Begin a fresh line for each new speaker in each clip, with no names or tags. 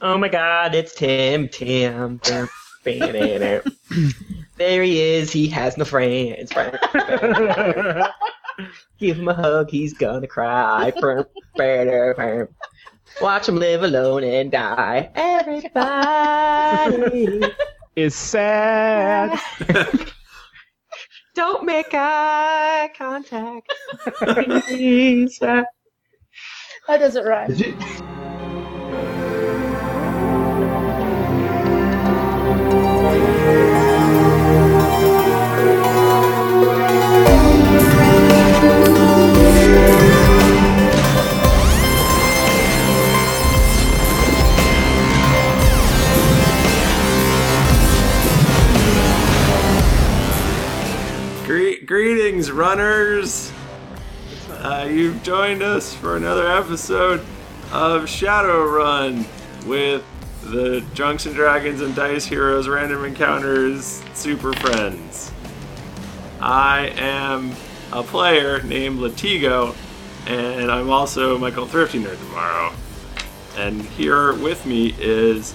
Oh my god, it's Tim, Tim. Tim. there he is, he has no friends. Give him a hug, he's gonna cry. Watch him live alone and die. Everybody
is sad.
Don't make eye contact. Please.
That doesn't rhyme.
Gre- greetings, runners! Uh, you've joined us for another episode of Shadowrun with the Drunks and Dragons and Dice Heroes Random Encounters Super Friends. I am a player named Latigo, and I'm also Michael Thrifty Nerd tomorrow. And here with me is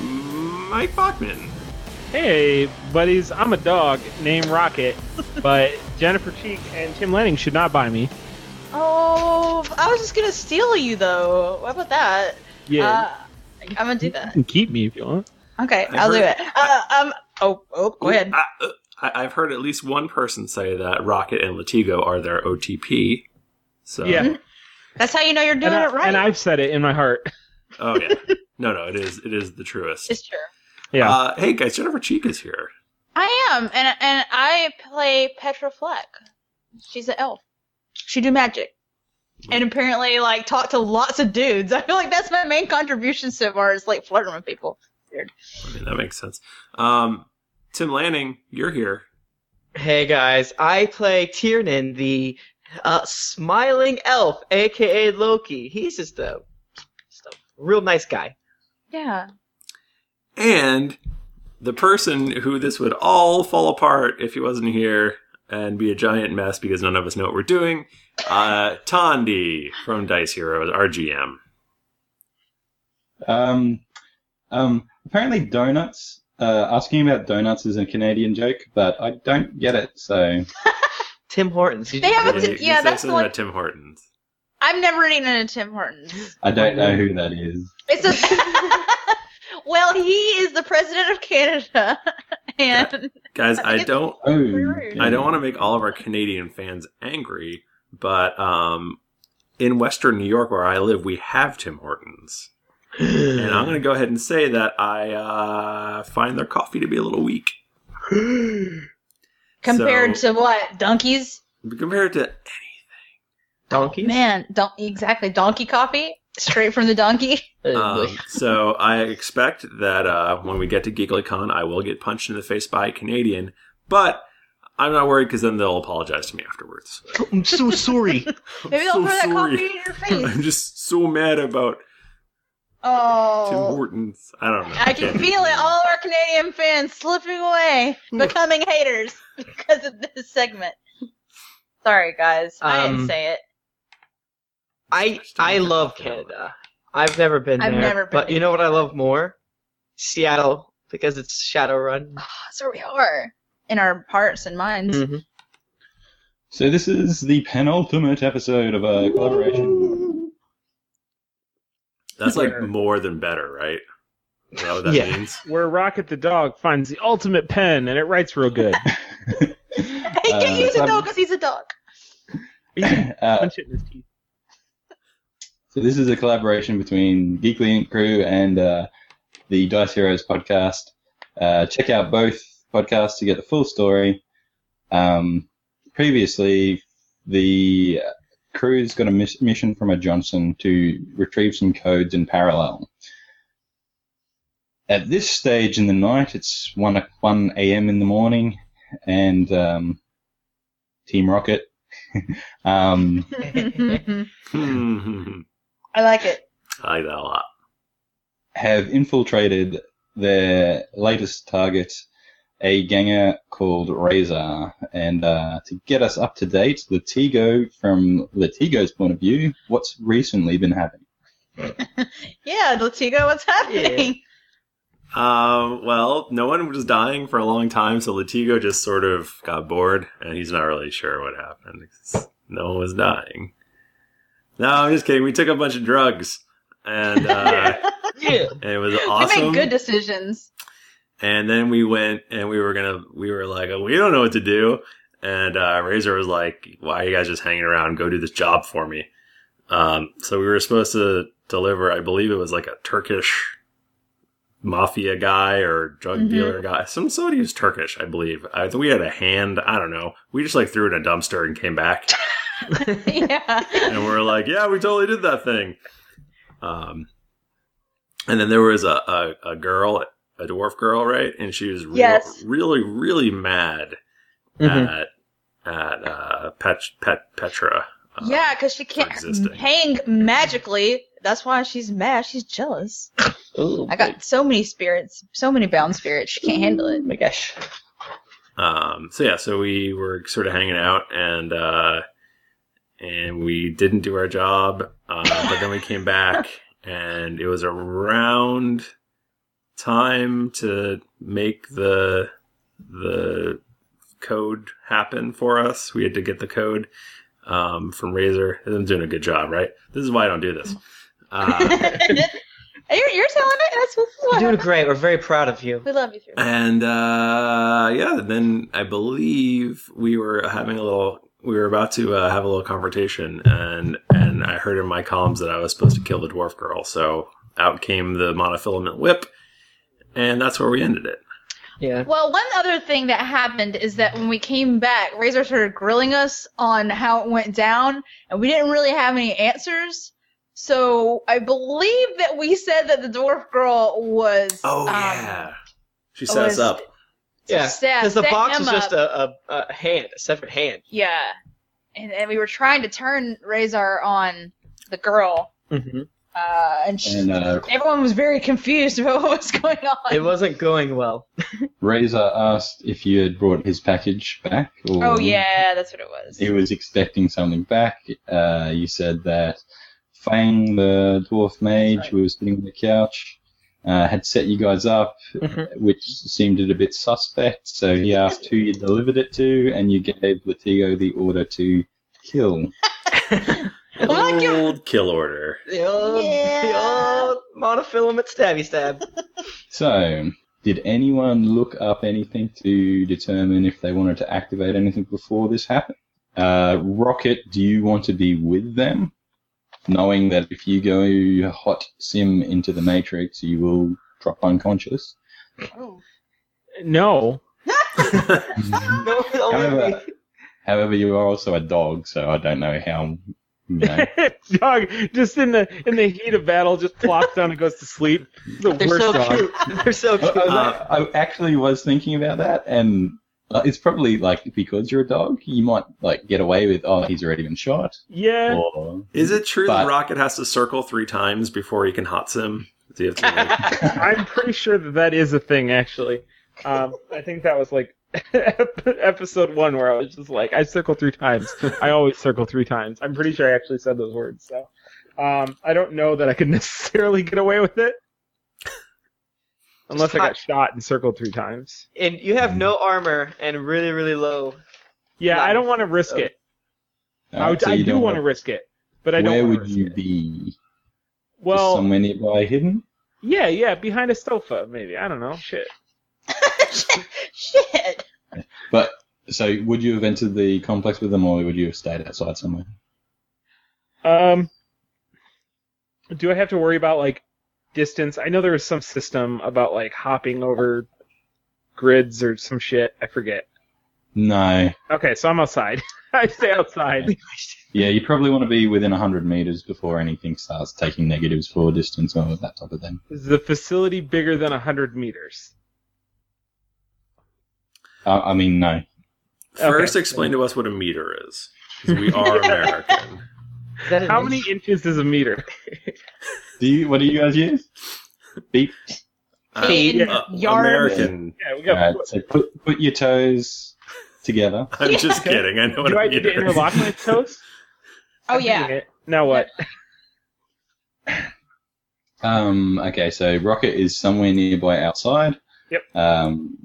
Mike Bachman.
Hey, buddies, I'm a dog named Rocket, but Jennifer Cheek and Tim Lanning should not buy me.
Oh, I was just gonna steal you though. What about that?
Yeah,
Uh, I'm gonna do
you
that.
can keep me if you want.
Okay,
I
I'll do
heard-
it. Uh, um. Oh, oh, go ahead.
I, uh, I- I've heard at least one person say that Rocket and Latigo are their OTP. So
Yeah,
That's how you know you're doing
and, I,
it right.
and I've said it in my heart.
Oh yeah. No, no, it is. It is the truest.
it's true.
Yeah,
Uh, hey guys, Jennifer Cheek is here.
I am, and and I play Petra Fleck. She's an elf. She do magic, and apparently like talk to lots of dudes. I feel like that's my main contribution so far is like flirting with people.
I mean, that makes sense. Um, Tim Lanning, you're here.
Hey guys, I play Tiernan, the uh, smiling elf, aka Loki. He's just a, just a real nice guy.
Yeah.
And the person who this would all fall apart if he wasn't here and be a giant mess because none of us know what we're doing, uh, Tondi from Dice Heroes, RGM.
Um, um, apparently, donuts. Uh, asking about donuts is a Canadian joke, but I don't get it. So
Tim Hortons.
They have a
You-
t-
you
yeah.
say
That's the
something
one.
about Tim Hortons.
I've never eaten at a Tim Hortons.
I don't know who that is.
It's a. well, he is the president of Canada, and
Guys,
I
I
think
don't
Oh,
Rude.
I don't want to make all of our Canadian fans angry, but um, in Western New York, where I live, we have Tim Hortons, and
Mm.
I'm going to go ahead and say that I uh, find their coffee to be a little weak
compared
So-
to what donkeys?
compared to.
Donkeys.
Man, don't exactly donkey coffee straight from the donkey.
Uh,
Um, so I expect that uh, when we get to GeeklyCon, I will get punched in the face by a Canadian, but I'm not worried because then they'll apologize to me afterwards.
I'm so sorry.
Maybe they'll
so
pour that
sorry.
coffee in your
I'm
face.
just so mad about Tim
Oh,
Hortons. I don't know.
I can feel it. All of our Canadian fans slipping away,
Hmm.
becoming haters because of this segment. Sorry, guys. I didn't
Um,
say it.
I I love Canada. I've never been
I've
there.
never been
but
there.
you know what I love more? Seattle because it's Shadowrun.
Oh, so we are in our hearts and minds.
Hmm.
Mhm.
So this is the penultimate episode of a collaboration.
That's like more than better, right? Is that what that
Yeah.
means?
where Rocket the dog finds the ultimate pen, and it writes real good.
He
Uh,
can use a
um,
dog because he's a dog.
uh,
Punch it in his teeth.
so this is a collaboration between Geekly Inc. crew and uh, the Dice Heroes podcast. Uh, check out both podcasts to get the full story. Um, previously, the crew's got a miss- mission from a Johnson to retrieve some codes in parallel. At this stage in the night, it's 1, o- 1 a.m. in the morning, and um, Team Rocket um,
I
Hmm.
like it.
I like that a lot.
have infiltrated their latest target, a ganger called Razor. And uh, to get us up to date, Latigo, from Latigo's point of view, what's recently been happening?
Yeah, Latigo, what's happening?
Um, well, no one was dying for a long time, so Latigo just sort of got bored, and he's not really sure what happened. 'cause No one was dying. No, I'm just kidding. We took a bunch of drugs, and, uh,
Yeah.
and it was
We
awesome.
make good decisions.
and then we went, and we were gonna, we were like, oh, we don't know what to do. And uh, Razor was like, "Why are you guys just hanging around? Go do this job for me." Um, so we were supposed to deliver, I believe it was like a Turkish mafia guy or drug
Mhm.
dealer guy, some somebody who's Turkish, I believe. I think we had a hand. I don't know. We just like threw it in a dumpster and came back,
yeah.
and we are like, "Yeah, we totally did that thing." Um, and then there was a a, a girl, a dwarf girl, right? And she was real,
Yes.
really, really mad
Mhm.
at at uh, Pet, Pet Petra. uh,
Yeah, because she can't
existing.
hang magically. That's why she's mad. She's jealous.
Ooh,
I got so many spirits, so many bound spirits. She can't handle it.
Oh my gosh.
Um, so yeah, so we were sort of hanging out and, uh, and we didn't do our job. Uh, but then we came back and it was around time to make the, the code happen for us. We had to get the code, um, from Razor. I'm doing a good job, right? This is why I don't do this. Uh,
you're, you're telling it. That's this is
You're
what
doing
happened.
great. We're very proud of you.
We love you, through.
And uh, yeah, then I believe we were having a little. We were about to uh, have a little confrontation, and and I heard in my columns that I was supposed to kill the dwarf girl. So out came the monofilament whip, and that's where we ended it.
Yeah.
Well, one other thing that happened is that when we came back, Razor started grilling us on how it went down, and we didn't really have any answers. So I believe that we said that the dwarf girl was. um,
Oh yeah, she set us
was-
up.
Yeah.
Set,
Because the
set
box
him
is just
up.
a, a, a hand, a separate hand.
Yeah, and, and we were trying to turn Razor on the girl,
Mm-hmm.
uh, and, she,
And uh,
everyone was very confused about what was going on.
It wasn't going well.
Razor asked if you had brought his package back. Or
oh yeah, that's what it was.
He was expecting something back. Uh, you said that Fang, the dwarf mage who was sitting on the couch, uh, had set you guys up, uh,
Mhm.
which seemed a bit suspect. So he asked who you delivered it to, and you gave Latigo the order to kill.
I'm not giving-
Old kill order.
The old, the
Yeah.
old monofilament stabby stab.
So, did anyone look up anything to determine if they wanted to activate anything before this happened? Uh, Rocket, do you want to be with them? Knowing that if you go hot sim into the Matrix, you will drop unconscious.
Oh,
No.
no, only me.
However, however, you are also a dog, so I don't know how. You know.
dog just in the in the heat of battle just plops down and goes to sleep. The
They're
worst
so
dog.
cute. They're so
I,
cute.
I was
Uh,
act- I actually was thinking about that, and uh, it's probably like because you're a dog, you might like get away with oh he's already been shot,
Yeah.
or
Is it true that
But-
Rocket has to circle three times before he can hot sim? Do you have to like,
I'm pretty sure that that is a thing, actually. Um, I think that was like ep- episode one where I was just like, I circle three times. I always circle three times. I'm pretty sure I actually said those words. So um, I don't know that I could necessarily get away with it. Unless I got shot and circled three times.
and you have no armor and really, really low.
Yeah, I don't want to risk it. I, would-
uh, so
I
you
do
don't
want to risk it, but I don't.
Where
wanna
would
risk
you
it.
be? Just
Well,
somewhere nearby hidden?
yeah, yeah, behind a sofa, maybe. I don't know. Shit.
Shit.
But so would you have entered the complex with them or would you have stayed outside somewhere?
Um, do I have to worry about like distance? I know there was some system about like hopping over grids or some shit. I forget.
No.
Okay, so I'm outside. I stay outside.
Yeah, you probably want to be within 100 meters before anything starts taking negatives for distance or that type of thing.
Is the facility bigger than hundred meters?
Uh, I mean, no.
Okay.
first explain to us what a meter is? 'Cause We are American.
Is that an
How
inch?
many inches is a meter?
Do you? What do you guys use? Beep.
Feet
yeah.
and
Uh,
yards.
American.
Yeah, we got.
Alright, so put, put your toes together.
I'm just
Okay.
kidding. I know what
do
a
I need to
meter is.
interlock my toes?
Oh
I'm doing
yeah.
it. Now what?
Um, okay, so Rocket is somewhere nearby outside.
Yep.
Um,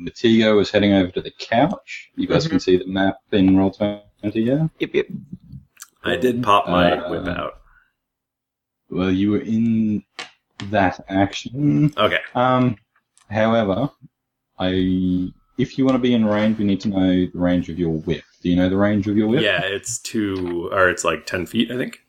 Matigo is heading over to the couch. You guys can see the map in roll twenty. Yeah.
Yep, yep.
I did pop my
Uh,
whip out.
Well, you were in that action.
Okay.
Um, however, I if you want to be in range, we need to know the range of your whip. Do you know the range of your whip?
Yeah, it's two, or it's like 10 feet, I think.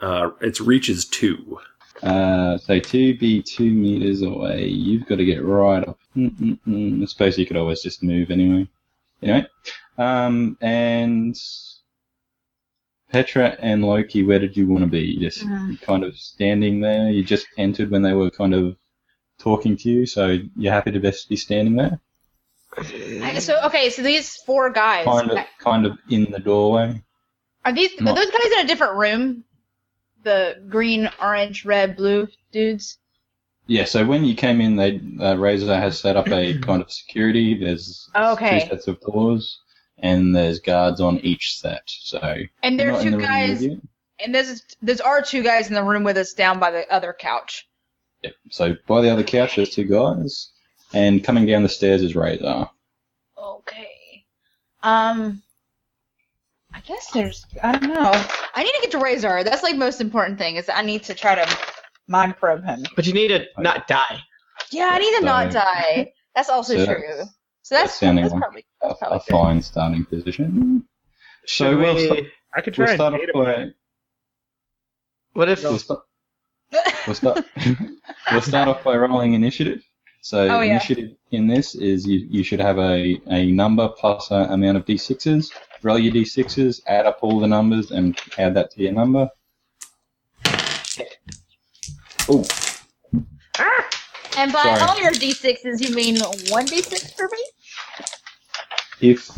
Uh, its reach is two.
Uh, so to be two meters away, you've got to get right up. Mm-mm-mm. I suppose you could always just move anyway. Anyway, um, and Petra and Loki, where did you want to be? Just
Mm.
kind of standing there. You just entered when they were kind of talking to you, so you're happy to best be standing there,
I- So okay, so these four guys
kind of, kind of in the doorway.
are these
Come
are
on.
those guys in a different room? The green, orange, red, blue dudes.
Yeah. So when you came in, they uh, Razor has set up a kind of security. There's
Oh, Okay.
two sets of doors, and there's guards on each set. So
And there
not
are
in
two
the room with
guys,
you.
and there's there's are two guys in the room with us down by the other couch.
Yep. So by the other couch, there's two guys, and coming down the stairs is Razor.
Okay. Um. I guess there's. I don't know. I need to get to Razor. That's like most important thing is I need to try to mind probe him.
But you need to not die.
Yeah, I need to not die. That's also
So
true.
that's-
so that's,
that's sounding
that's
like-
probably
A,
Probably
a
good.
fine starting position. So
Should
we'll
we-
start-
I could try
We'll
and
start off
date him.
by
What if?
we'll start, we'll start, we'll start off by rolling initiative. So
Oh, yeah.
initiative in this is you, you should have a, a number plus an amount of d6s. Roll your d6s, add up all the numbers, and add that to your number. Oh,
and by
Sorry.
all your d6s, you mean one d6 for me?
if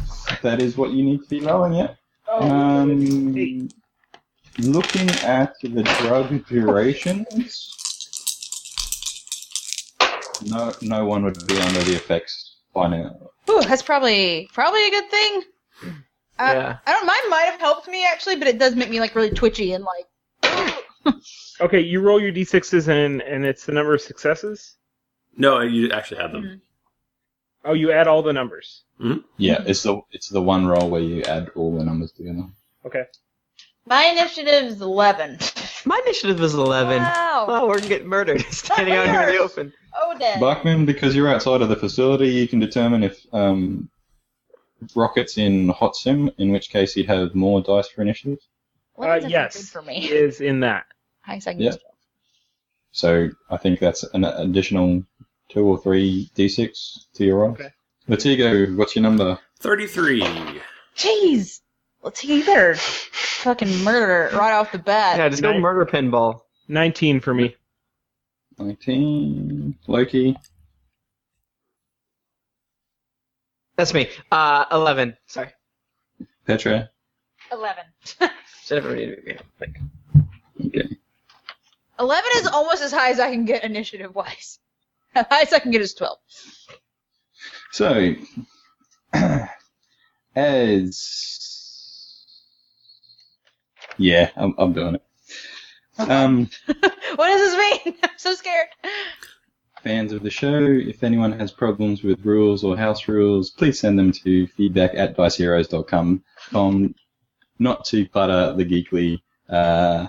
that is what you need to be rolling, yeah.
Oh,
Um, looking at the drug durations, no, no one would be under the effects by now.
Ooh, that's probably probably a good thing. Uh,
yeah.
I don't. Mine might have helped me actually, but it does make me like really twitchy and like.
Oh. Okay, you roll your d6s and and it's the number of successes.
No, you actually had
Hmm.
them.
Oh, you add all the numbers.
Hmm.
Yeah, it's the it's the one roll where you add all the numbers together.
Okay.
My initiative is eleven.
My initiative was 11.
Wow.
Oh, we're gonna get murdered standing out here in the open.
Oh, dang.
Bachman, because you're outside of the facility, you can determine if um, rockets in hot sim, in which case you'd have more dice for initiative.
What
Uh,
is this
yes.
good for me?
Is in that.
I guess I can
Yeah.
just-
So I think that's an additional two or three d6 to your roll.
Okay.
Latigo, what's your number?
33.
Jeez, let's you better fucking murder it right off the bat.
Yeah, just go
Nice.
murder pinball.
Nineteen for me.
19. Loki.
That's me. Uh, 11. Sorry.
Petra.
Eleven.
Should have already-
Eleven is almost as high as I can get initiative wise. As high as I can get is twelve.
So, as. Yeah, I'm, I'm doing it. Um,
What does this mean? I'm so scared.
fans of the show, if anyone has problems with rules or house rules, please send them to feedback at diceheroes.com. Um, not to clutter the geekly uh,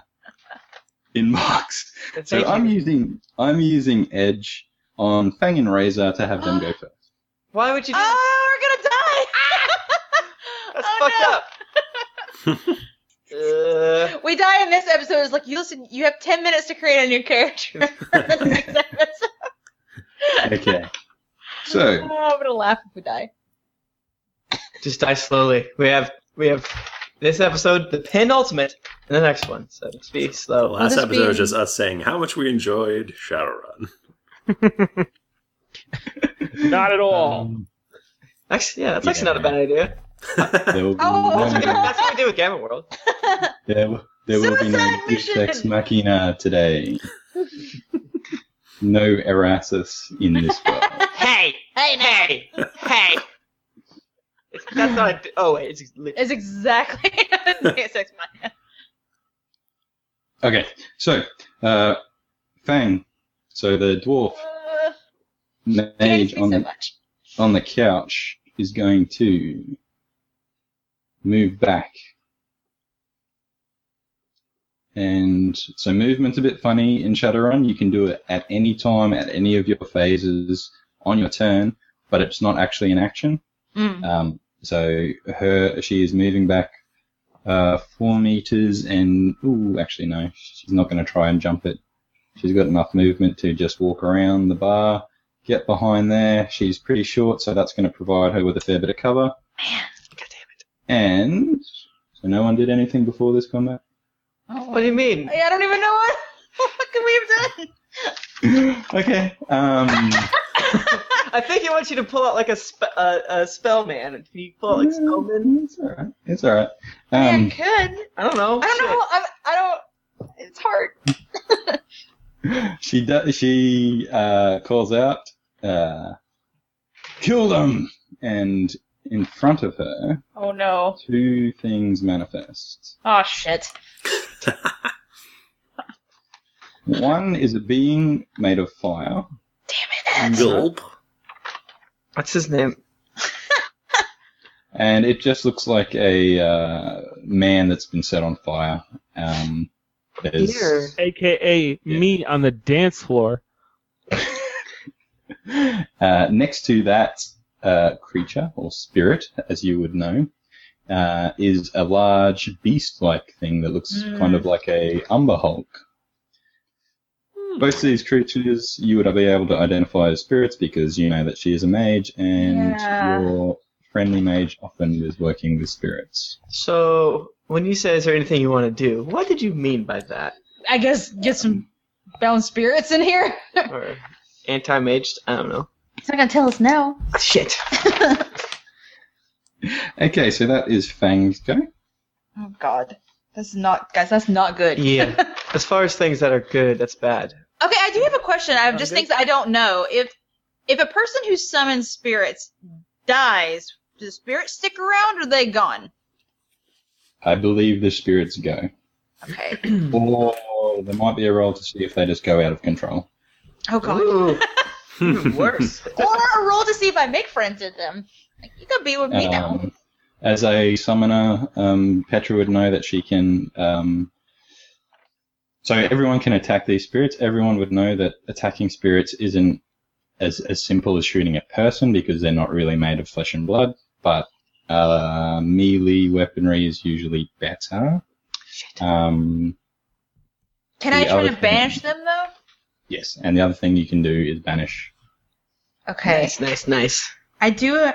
inbox.
That's
So
me.
I'm using I'm using Edge on Fang and Razor to have them go first.
Why would you do that?
Oh, we're gonna die.
That's
oh,
fucked
no.
up. Uh,
We die in this episode. It's like you listen. You have ten minutes to create a new character. oh,
Okay. So
I'm gonna laugh if we die.
just die slowly. We have we have this episode, the penultimate, and the next one. So just be
The
slow.
last
this
episode was
be-
just us saying how much we enjoyed Shadowrun.
Not at
Oh.
all.
um,
Actually, yeah, that's actually
Yeah.
not a bad idea.
there will be
Oh,
no,
That's what we- that's what we do with Gamma World.
there, will- there will be no
Suicide
Deus Ex
mission!
Machina today. no Erasus in this world.
Hey,
Hey, now.
hey, hey. It's- That's not. A, oh wait, it's.
It's exactly Deus Ex Machina.
Okay, so uh, Fang, so the dwarf
Uh, can't
mage
speak
on
so
the
much.
on the couch is going to move back. And so movement's a bit funny in Shadowrun. You can do it at any time, at any of your phases, on your turn, but it's not actually an action.
Mm.
Um, so her, she is moving back uh, four meters, and ooh, actually no, she's not going to try and jump it. She's got enough movement to just walk around the bar, get behind there. She's pretty short, so that's going to provide her with a fair bit of cover.
Man,
God damn
And so no one did anything before this combat.
it. What do you mean?
I don't even know what. what can we have done?
okay. Um,
I think he wants you to pull out like a, spe- uh, a spellman. Can you pull out like spellman?
Mm, it's all right. It's all right.
I
Um,
mean, I could.
I don't know.
I don't
Shit.
know. I'm, I don't. It's hard.
she do, she uh, calls out, uh, "Kill them!" And in front of her,
Oh no.
two things manifest.
Oh shit.
One is a being made of fire.
Damn it.
Gulp.
What's his name?
and it just looks like a uh, man that's been set on fire. Um, there's-
Here.
AKA me on the dance floor.
uh, next to that uh, creature or spirit, as you would know, uh, is a large beast-like thing that looks
Mm.
kind of like a umber hulk. Both of these creatures you would be able to identify as spirits because you know that she is a mage, and
Yeah.
your friendly mage often is working with spirits.
So, when you say, is there anything you want to do, what did you mean by that?
I guess get some bound spirits in here.
Or anti-maged? I don't know.
He's not gonna tell us now.
Ah, Shit.
Okay, so that is Fang's go.
Oh god. That's not, guys. That's not good.
Yeah. As far as things that are good, that's bad.
Okay, I do have a question. I have just
Okay.
things I don't know. If if a person who summons spirits dies, do the spirits stick around or are they gone?
I believe the spirits go,
Okay.
or there might be a roll to see if they just go out of control.
Oh god.
Ooh,
Hmm.
even worse.
or a roll to see if I make friends with them. Like, you could be with me now.
Um, as a summoner, um, Petra would know that she can. Um, so everyone can attack these spirits. Everyone would know that attacking spirits isn't as as simple as shooting a person because they're not really made of flesh and blood. But uh, melee weaponry is usually better.
Shit.
Um,
Can I
yeah, I
try
was
to
thinking-
banish them though?
yes, and the other thing you can do is banish.
Okay.
Nice, nice, nice.
I do.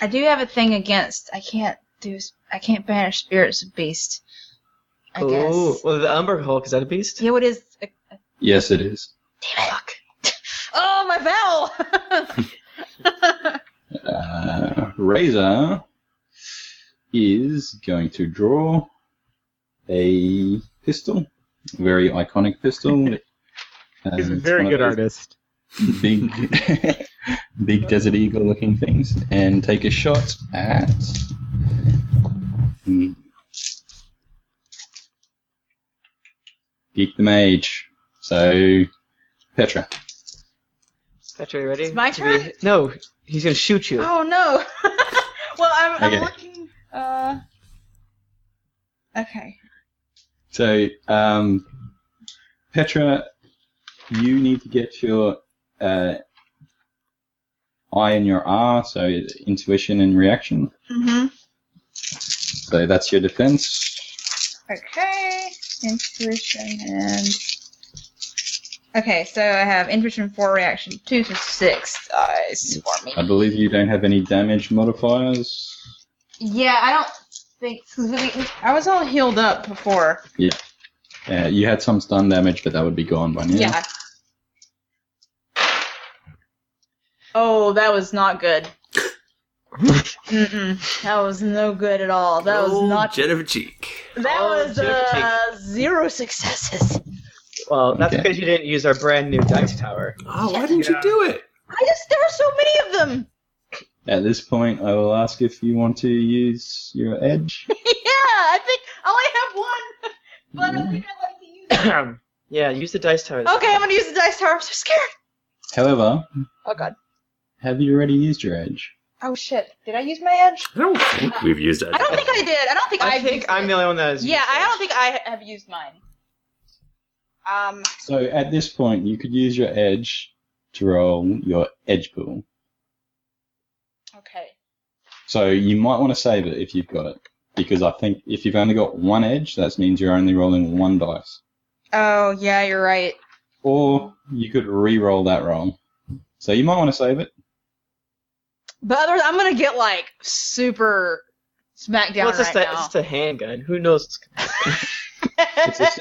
I do have a thing against. I can't do. I can't banish spirits of beast. I
Ooh,
guess.
well, the Umber Hulk, is that a beast?
Yeah. What is?
Yes, it is.
Fuck.
Oh my vowel.
Uh, Razor is going to draw a pistol, a very iconic pistol. Uh,
He's a
it's
very
one of
good
those
artist.
Big, big desert eagle looking things, and take a shot at. Hmm. Geek the mage. So, Petra.
Petra, you ready?
It's my
to be-
turn?
No, he's gonna shoot you.
Oh no! well, I'm,
Okay.
I'm looking. Uh. Okay.
So, um, Petra, you need to get your uh, I and your R, so intuition and reaction.
Mm-hmm.
So that's your defense.
Okay. Intuition and. Okay, so I have intuition four, reaction two, so six. Eyes for me.
I believe you don't have any damage modifiers.
Yeah, I don't think. 'cause we- I was all healed up before.
Uh, you had some stun damage, but that would be gone by now.
Yeah. Oh, that was not good. Mm-mm. That was no good at all. That was
Oh,
not.
jet of a cheek.
That
Oh,
was uh, zero successes.
Well, that's
Okay.
because you didn't use our brand new dice tower.
Oh, why didn't you do it?
I just there were so many of them.
At this point, I will ask if you want to use your edge.
yeah, I think I only oh, have one. But I think I like to use it.
yeah, use the dice tower.
Okay, I'm gonna use the dice tower. I'm so scared.
However,
Oh god.
have you already used your edge?
Oh shit. Did I use my edge?
I don't think we've used it.
I don't think I did. I don't think
I
I've
think
used
I'm
it.
the only one that is.
Yeah, I don't think I have used mine. Um.
So at this point, you could use your edge to roll your edge pool.
Okay.
So you might want to save it if you've got it, because I think if you've only got one edge, that means you're only rolling one dice.
Oh yeah, you're right.
Or you could re-roll that roll. So you might want to save it.
But otherwise, I'm gonna get like super smacked down
What's
right
just a,
now.
just a handgun? Who knows?
It's a s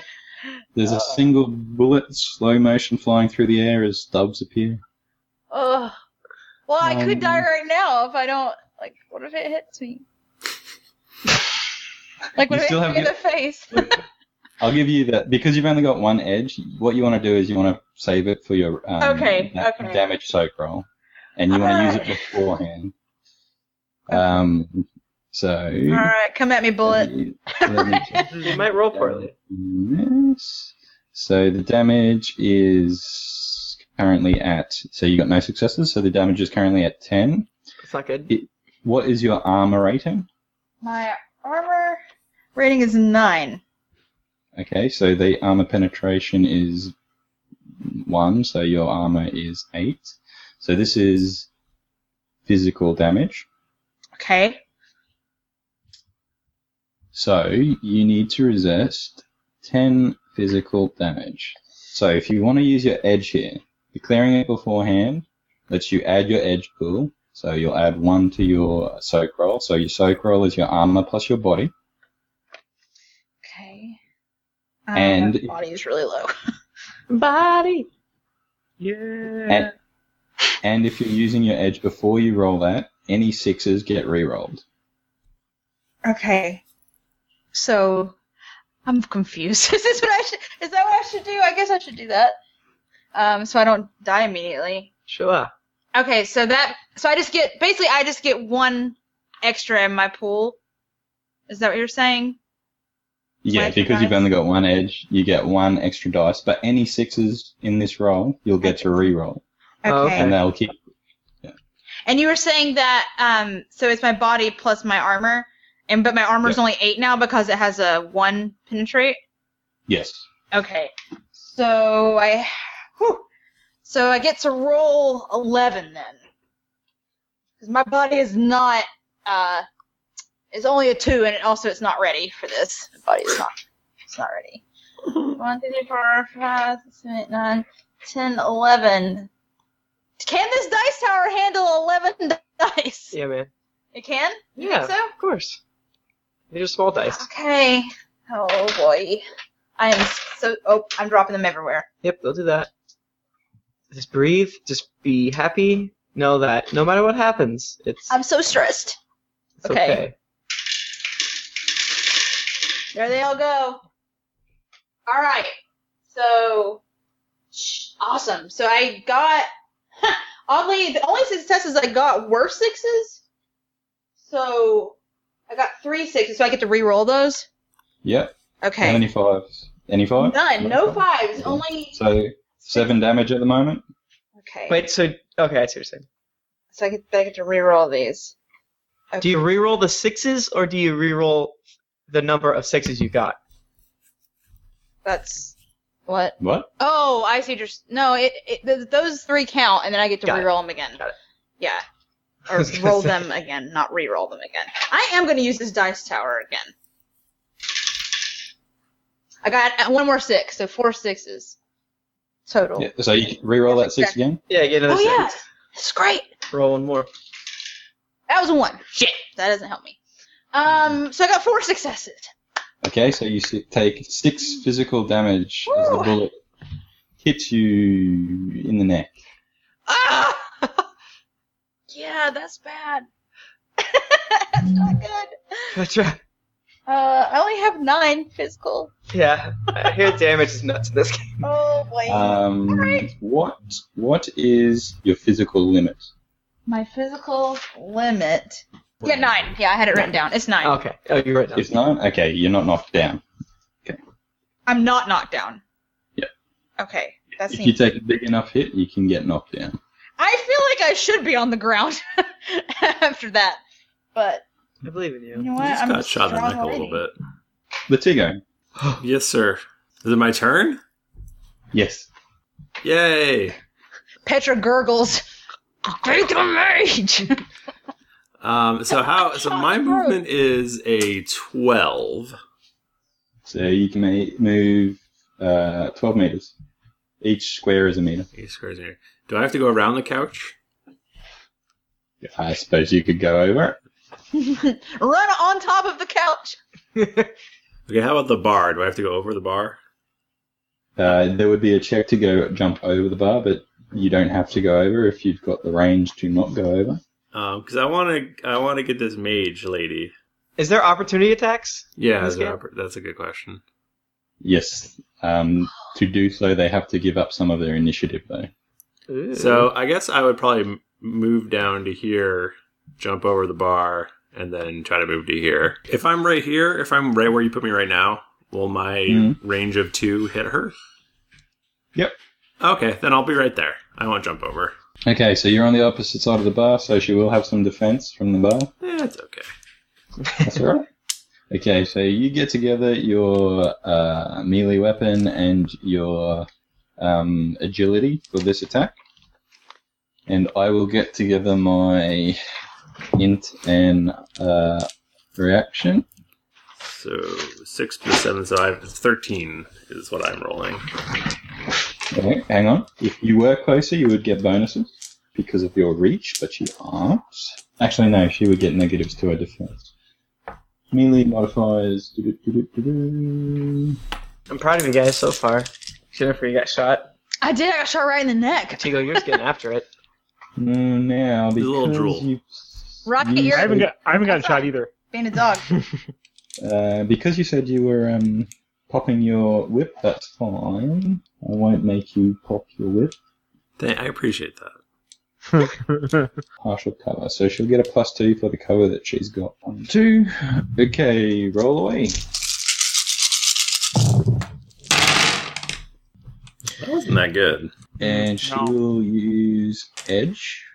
there's
Oh.
a single bullet, slow motion, flying through the air as stubs appear.
Ugh. Well, I could
Um,
die right now if I don't. Like, what if it hits me? like, what
You
if it
still
hits
have
me in
your-
the face?
I'll give you that because you've only got one edge. What you want to do is you want to save it for your um,
Okay,
da-
okay.
damage soak roll, and you want to use it beforehand. Um, so
All right, come at me, bullet.
let me- let me check.
you might roll poorly.
Yes. So the damage is currently at. So you got no successes. So the damage is currently at ten.
It's not good.
What is your armor rating?
My armor rating is nine.
Okay, so the armor penetration is one, so your armor is eight. So this is physical damage.
Okay.
So you need to resist ten physical damage. So if you want to use your edge here, declaring it beforehand lets you add your edge pool. So you'll add one to your soak roll. So your soak roll is your armor plus your body.
Okay. Um,
And-
my body is really low.
Body.
Yeah.
And, and if you're using your edge before you roll that, any sixes get re-rolled.
Okay. So, I'm confused. is this what I should? Is that what I should do? I guess I should do that. Um, so I don't die immediately.
Sure.
Okay, so that so I just get basically I just get one extra in my pool. Is that what you're saying?
Yeah,
Like
because you've
dice?
only got one edge, you get one extra dice. But any sixes in this roll, you'll get to re-roll,
Okay.
Oh, okay.
and that'll keep.
And you were saying that um so it's my body plus my armor and but my armor's only 8 now because it has a 1 penetrate.
Yes.
Okay. So I whew, so I get to roll 11 then. Cuz my body is not uh it's only a 2 and it also it's not ready for this. My body is not it's not ready. 1 2 3 4 5 6 7 8 9 10 11 Can this dice tower handle 11 dice?
Yeah, man.
It can? You
Yeah,
think so?
of course. These are small dice.
Okay. Oh boy. I am so oh, I'm dropping them everywhere.
Yep, they'll do that. Just breathe. Just be happy. Know that no matter what happens, it's,
I'm so stressed.
it's
Um, okay.
okay.
There they all go. All right. So sh- awesome. So I got oddly the only successes I got were sixes. So I got three sixes. So I get to re-roll those.
Yep. How
Okay.
many fives? Any five?
None. No
five.
fives. Only.
So seven damage at the moment.
Okay.
Wait. So okay, I see what you're saying.
So I get I get to re-roll these. Okay.
Do you re-roll the sixes or do you re-roll the number of sixes you got?
That's what.
What?
Oh, I see. Just no. It, it th- those three count, and then I get to
Got it.
re-roll them again.
Got it.
Yeah,
I
or
was gonna
roll
say.
them again, not re-roll them again. I am going to use this dice tower again. I got one more six, so four sixes total.
Yeah, so you can re-roll that six again.
Yeah, get another
Oh yeah,
six.
that's great.
Roll one more.
That was a one. Shit, that doesn't help me. Um, so I got four successes.
Okay, so you si- take six physical damage as the
Woo!
bullet hits you in the neck.
Ah! yeah, that's bad. that's not good.
That's right.
Uh, I only have nine physical.
Yeah, I hear damage is nuts in this game.
Oh boy.
Uh,
Um, What? What is your physical limit?
My physical limit. Yeah, nine. Yeah, I had it written down. It's nine.
Okay. Oh, you're right. Now.
If not, okay, you're not knocked down.
I'm not knocked down.
Yeah.
Okay. That
If you
seems.
take a big enough hit, you can get knocked down.
I feel like I should be on the ground after that, but
I believe in
you
you.
know what?
I just
I'm
got
just
shot in the
strong
neck a little
lady.
bit.
Latigo.
Yes, sir. Is it my turn?
Yes.
Yay!
Petra gurgles. Great mage.
Um, so how? So my movement is a twelve.
So you can ma- move uh, 12 meters. Each square is a meter.
Eight squares in here. Do I have to go around the couch?
I suppose you could go over it.
Run on top of the couch.
Okay. How about the bar? Do I have to go over the bar?
Uh, there would be a check to go jump over the bar, but you don't have to go over if you've got the range to not go over.
Because Um, I want to. I want to get this mage lady.
Is there opportunity attacks?
Yeah,
This
is there
game?
oppor- that's a good question.
Yes. Um, to do so, they have to give up some of their initiative, though.
Ooh.
So I guess I would probably m- move down to here, jump over the bar, and then try to move to here. If I'm right here, if I'm right where you put me right now, will my
Mhm.
range of two hit her?
Yep.
Okay, then I'll be right there. I won't jump over.
Okay, so you're on the opposite side of the bar, so she will have some defense from the bar.
Eh, it's okay.
That's all right. Okay, so you get together your uh, melee weapon and your um, agility for this attack, and I will get together my int and uh, reaction.
So six plus seven, so I have thirteen is what I'm rolling.
Okay, hang on. If you were closer, you would get bonuses because of your reach, but you aren't. Actually, no, she would get negatives to her defense. Melee modifiers. doo-doo-doo-doo-doo.
I'm proud of you guys so far. Jennifer, you got shot.
I did. I got shot right in the neck.
Tigo, you're just getting after it.
No, Mm, now
He's
because
a little drool.
you
Rocket
you
I haven't
said,
got I haven't gotten shot either.
Being a dog.
uh, because you said you were um, popping your whip. That's fine. I won't make you pop your whip.
Th- I appreciate that.
Partial cover, so she'll get a plus two for the cover that she's got. One, two. Okay, roll away.
That wasn't that good.
And she
No.
will use edge.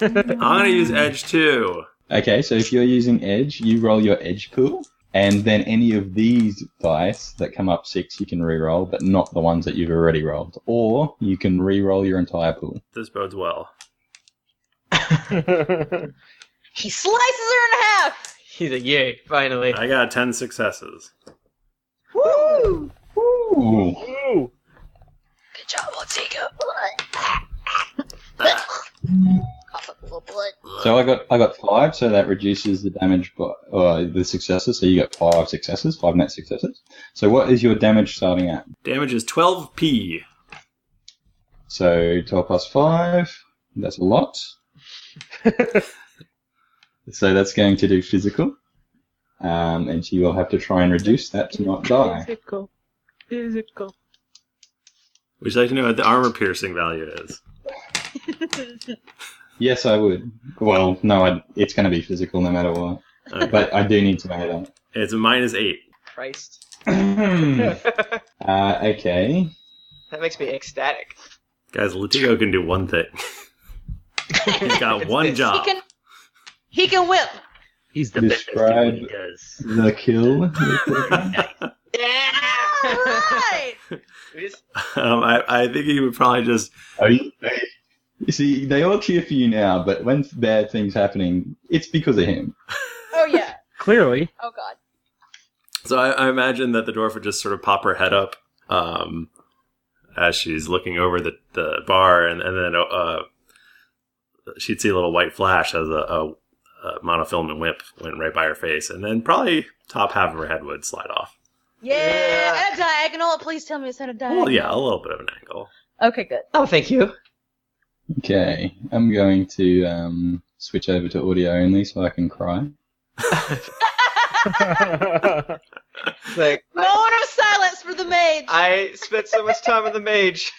I'm gonna use edge too.
Okay, so if you're using edge, you roll your edge pool, and then any of these dice that come up six, you can re-roll, but not the ones that you've already rolled. Or you can re-roll your entire pool.
This bodes well.
He slices her in half.
He's like, yay, finally.
I got ten successes.
Woo!
Ooh.
Ooh.
Good job, Otigo.
Ah.
Cough up a little blood.
So I got I got five, so that reduces the damage by uh, the successes. So you got five successes, five net successes. So what is your damage starting at?
Damage is twelve p.
So twelve plus five, that's a lot. so that's going to do physical, um, and she will have to try and reduce that to not die.
Physical. Physical.
Would you like to know what the armor piercing value is?
Yes, I would. Well, no, I, it's going to be physical no matter what.
Okay.
But I do need to know
It's a minus eight.
Christ.
that.
that
uh, okay.
makes me ecstatic.
Guys, Latigo can do one thing. He's got
It's
one
this.
job.
He can. He can whip.
He's
the best at what he Describe-
does.
The kill.
All right.
Um, I, I think he would probably just.
Are you, you see, they all cheer for you now, but when bad things happening, it's because of him.
Oh yeah.
Clearly.
Oh god.
So I, I imagine that the dwarf would just sort of pop her head up um, as she's looking over the, the bar, and, and then uh, she'd see a little white flash as a, a, a monofilament whip went right by her face, and then probably top half of her head would slide off.
Yeah.
Yeah.
At a diagonal. Please tell me it's at a
Uh,
diagonal.
Well, yeah, a little bit of an angle.
Okay, good.
Oh, thank you.
Okay, I'm going to um, switch over to audio only so I can cry.
It's Like,
Moment of silence for the mage.
I spent so much time with the mage.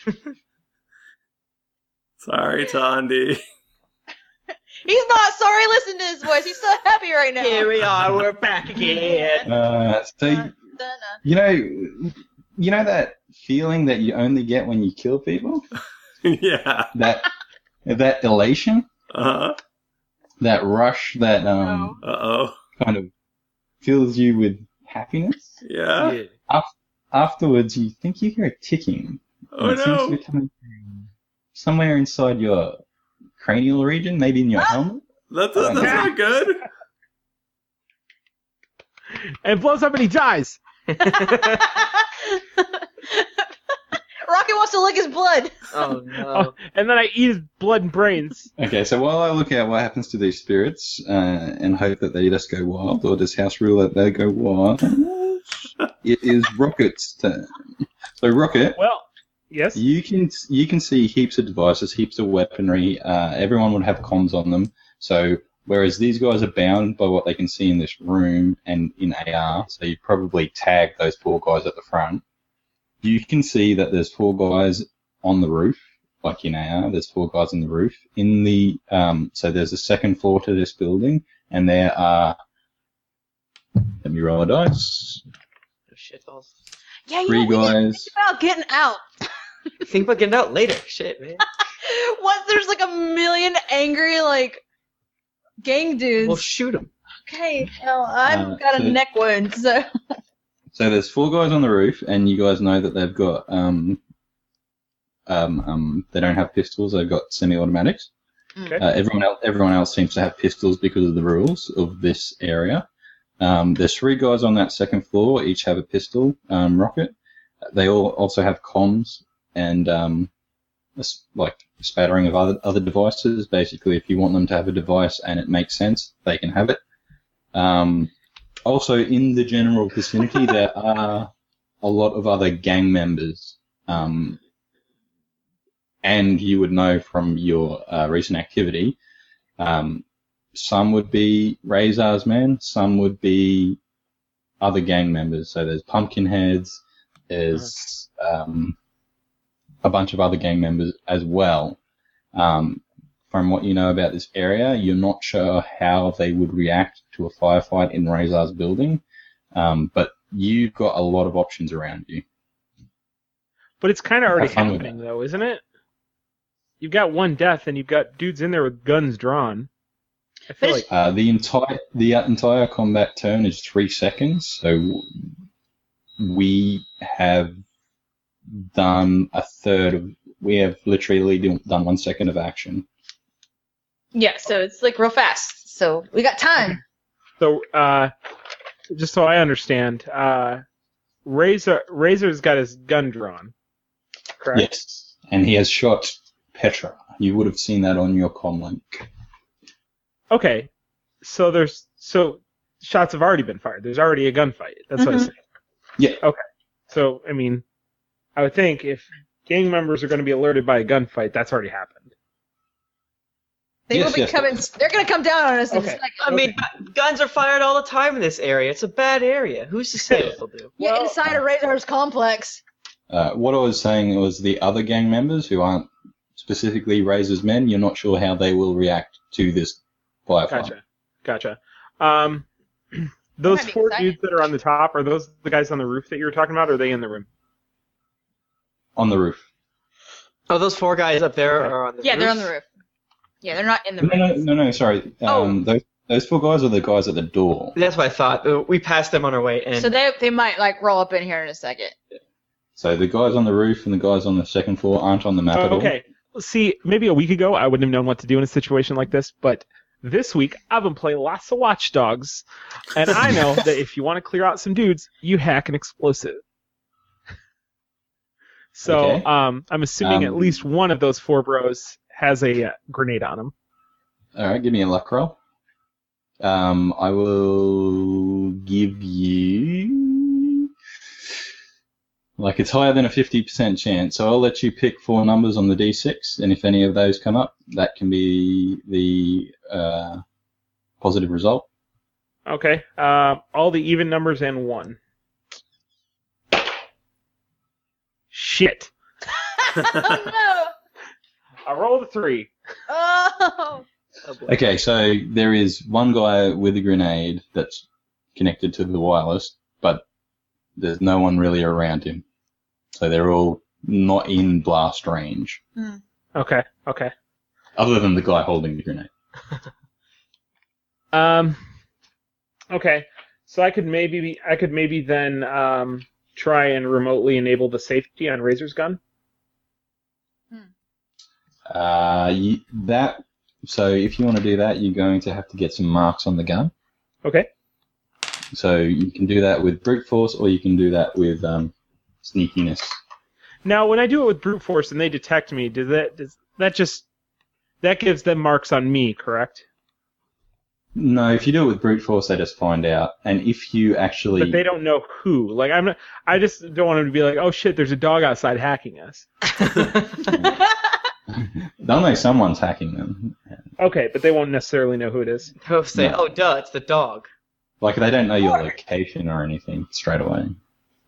Sorry, Tandy.
He's not sorry. Listen to his voice. He's so happy right now.
Here we are, we're back again.
Uh, so,
Dun, dun.
you know, you know that feeling that you only get when you kill people?
yeah.
That that elation,
Uh huh.
that rush that um
Uh oh.
kind of fills you with happiness.
Yeah.
Afterwards, you think you hear a ticking.
Oh
it seems to
no.
be coming from somewhere inside your cranial region, maybe
Ah!
in your helmet.
That's, that's not good.
And it blows up and he dies.
Rocket wants to lick his blood.
Oh no.
And then I eat his blood and brains.
Okay, so while I look at what happens to these spirits uh, and hope that they just go wild, or does House rule that they go wild? it is Rocket's turn. So Rocket,
Well, yes.
you can you can see heaps of devices, heaps of weaponry. Uh, everyone would have comms on them. So whereas these guys are bound by what they can see in this room and in AR, so you probably tag those poor guys at the front. You can see that there's four guys on the roof, like in AR. There's four guys on the roof in the um. So there's a second floor to this building, and there are. Let me roll a dice.
Shit balls.
Yeah, you
Three
know, we didn't
guys.
think about getting out.
Think about getting out later. Shit, man.
What? There's like a million angry like gang dudes.
We'll shoot him.
okay, well, I've
Uh,
got a
so-
neck wound, so
So there's four guys on the roof, and you guys know that they've got um, um, um, they don't have pistols. They've got semi-automatics.
Okay.
Uh, everyone else, everyone else seems to have pistols because of the rules of this area. Um, there's three guys on that second floor. Each have a pistol. Um, rocket. They all also have comms and um, a s- like spattering of other other devices. Basically, if you want them to have a device and it makes sense, they can have it. Um, also in the general vicinity there are a lot of other gang members um, and you would know from your uh, recent activity um, some would be razor's men some would be other gang members so there's pumpkinheads there's um, a bunch of other gang members as well um, from what you know about this area, you're not sure how they would react to a firefight in Razor's building, um, but you've got a lot of options around you.
But it's kind of already
Have fun with
happening, though, isn't it? You've got one death, and you've got dudes in there with guns drawn. I feel
But
like
it's-
Uh, the entire the entire combat turn is three seconds, so we have done a third of. We have literally do- done one second of action.
yeah, so it's like real fast. So we got time.
so. Uh, just so I understand, uh, Razor Razor's got his gun drawn. Correct.
Yes, and he has shot Petra. You would have seen that on your com link.
Okay. So there's so shots have already been fired. There's already a gunfight. That's what I
Mhm.
say.
Yeah.
Okay. So I mean, I would think if gang members are going to be alerted by a gunfight, that's already happened.
They
Yes,
will be
yes.
coming. They're gonna come down on us in
Okay.
a second.
I mean, guns are fired all the time in this area. It's a bad area. Who's to say what they'll do?
Get
Well-
inside a Razor's complex.
Uh, what I was saying was the other gang members who aren't specifically Razor's men, you're not sure how they will react to this firefight.
Gotcha. Gotcha. Um, those
might be
four
exciting.
dudes that are on the top are those the guys on the roof that you were talking about? Or are they in the room?
On the roof.
Oh, those four guys up there
Okay.
are on the
yeah,
roof.
they're on the roof. Yeah, they're not in the
No, no,
room.
no, no sorry. Um, those, those four guys are the guys at the door.
That's what I thought. Uh, We passed them on our way in.
So they they might like roll up in here in a second.
So the guys on the roof and the guys on the second floor aren't on the map at
Oh,
all.
okay. See, maybe a week ago I wouldn't have known what to do in a situation like this, but this week I've been playing lots of watchdogs, and I know that if you want to clear out some dudes, you hack an explosive. So
Okay.
um, I'm assuming at
Um,
least one of those four bros has a uh, grenade on him.
All right, give me a luck roll. Um, I will give you like it's higher than a fifty percent chance. So I'll let you pick four numbers on the d6, and if any of those come up, that can be the uh, positive result.
Okay. Um, all the even numbers and one. Shit.
oh no!
I rolled a three.
Oh.
Oh, boy.
Okay, so there is one guy with a grenade that's connected to the wireless, but there's no one really around him. So they're all not in blast range,
Okay. Okay.
other than the guy holding the grenade.
Um. Okay. So I could maybe I could maybe then um try and remotely enable the safety on Razor's gun.
Uh, you, that. So if you want to do that, you're going to have to get some marks on the gun.
Okay.
So you can do that with brute force, or you can do that with um, sneakiness.
Now, when I do it with brute force and they detect me, does that does that just that gives them marks on me, correct?
No, if you do it with brute force, they just find out. And if you
But
actually,
they don't know who. Like I'm not. I just don't want them to be like, oh shit, there's a dog outside hacking us.
they'll know someone's hacking them.
Okay, but they won't necessarily know who it is.
They'll say,
No.
"Oh, duh, it's the dog."
Like they don't know your
Alright.
location or anything straight away.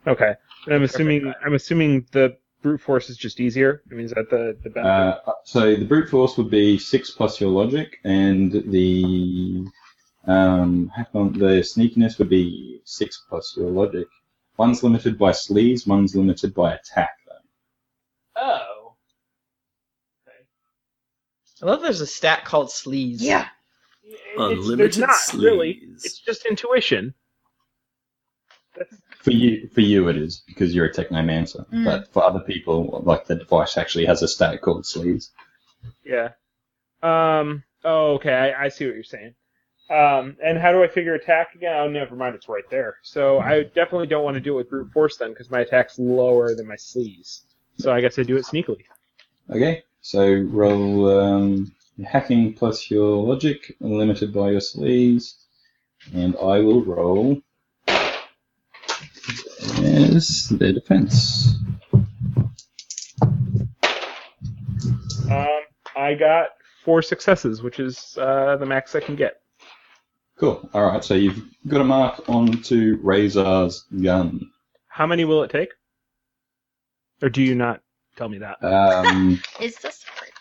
Okay. And I'm assuming I'm assuming the brute force is just easier. I mean, is that the the benefit?
Uh, so the brute force would be six plus your logic, and the um, hack on- the sneakiness would be six plus your logic. One's limited by sleaze, one's limited by attack. Though.
oh.
I love there's a stat called sleaze.
Yeah.
It's, there's
Unlimited
not really.
sleaze.
It's just intuition.
For you, for you it is because you're a technomancer,
Mm.
but for other people, like the device actually has a stat called sleaze.
Yeah. Um. Oh, okay. I, I see what you're saying. Um. And how do I figure attack again? Oh, never mind. It's right there. So I definitely don't want to do it with brute force then, because my attack's lower than my sleeves. So I guess I do it sneakily.
Okay, so roll um, your hacking plus your logic, limited by your sleaze, and I will roll as their defense.
Um. I got four successes, which is uh, the max I can get.
Cool. All right, so you've got a mark onto Razor's gun.
How many will it take? Or do you not tell me that?
Um,
Is this right?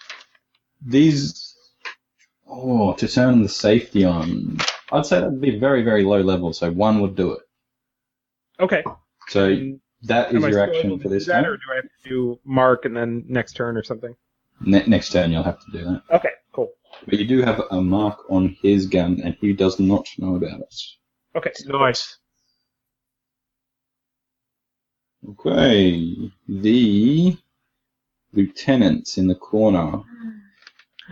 these oh to turn the safety on i'd say that would be very very low level so one would do it
Okay.
so
Am
that is
I
your
still able
action
to
for
do
this
that,
turn
or do I have to do mark and then next turn or something?
ne- next turn you'll have to do that
Okay. Cool.
but you do have a mark on his gun and he does not know about it
Okay. Nice.
okay the lieutenants in the corner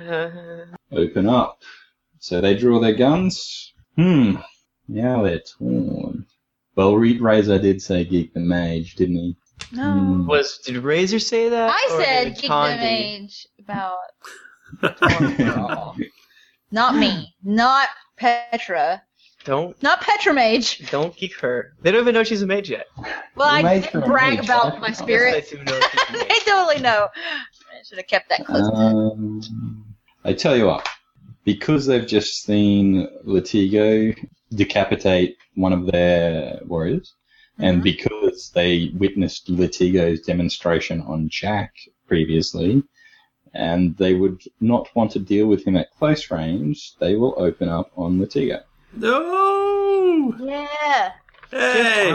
Uh,
open up so they draw their guns hmm now they're torn well Reed Razor did say geek the mage didn't he
No.
Hmm.
was did Razor say that?
I
or
said
did
geek
Tondi?
age about
Oh,
not me, not Petra,
Don't
not Petra Mage.
don't geek her. They don't even know she's a mage yet.
Well,
You
I
made
did
your own
brag
mage,
about
right?
my
Yes, I
They
spirit.
do know she's a
they
mage.
totally know. I should have kept that
Uh,
close.
Um, I tell you what, because they've just seen Latigo decapitate one of their warriors,
Mm-hmm.
and because they witnessed Latigo's demonstration on Jack previously, and they would not want to deal with him at close range, they will open up on Latigo.
no.
yeah.
Hey.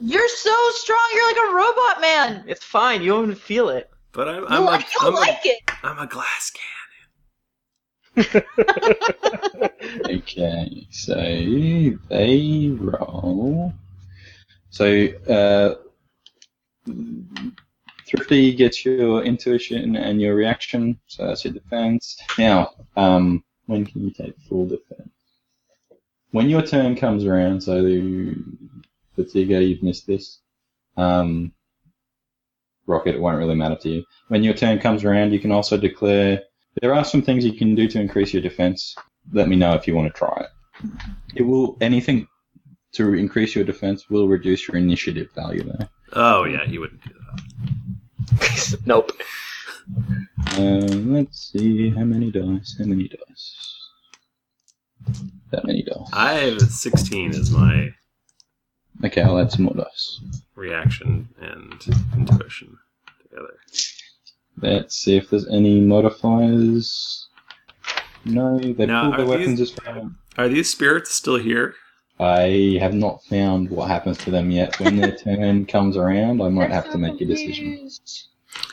You're so strong. You're like a robot man.
It's fine. You don't even feel it.
But I'm I'm
No, I
a,
don't
I'm, a,
like it.
I'm a glass can.
Okay, so they roll. So uh, thrifty gets your intuition and your reaction. So that's your defense. Now, um, when can you take full defense? When your turn comes around. So Fatiga, you've missed this. Um, Rocket, it won't really matter to you. When your turn comes around, you can also declare. There are some things you can do to increase your defense let me know if you want to try it. It will anything to increase your defense will reduce your initiative value there.
Oh yeah, you wouldn't do that.
nope.
Um, let's see how many dice. How many dice? That many dice.
I have 16 as my
Okay, I'll add some more dice.
reaction and intuition together.
Let's see if there's any modifiers. No, they
Now,
pulled their
are these-
weapons as well.
Are these spirits still here?
I have not found what happens to them yet. When their turn comes around, I might have to make a decision.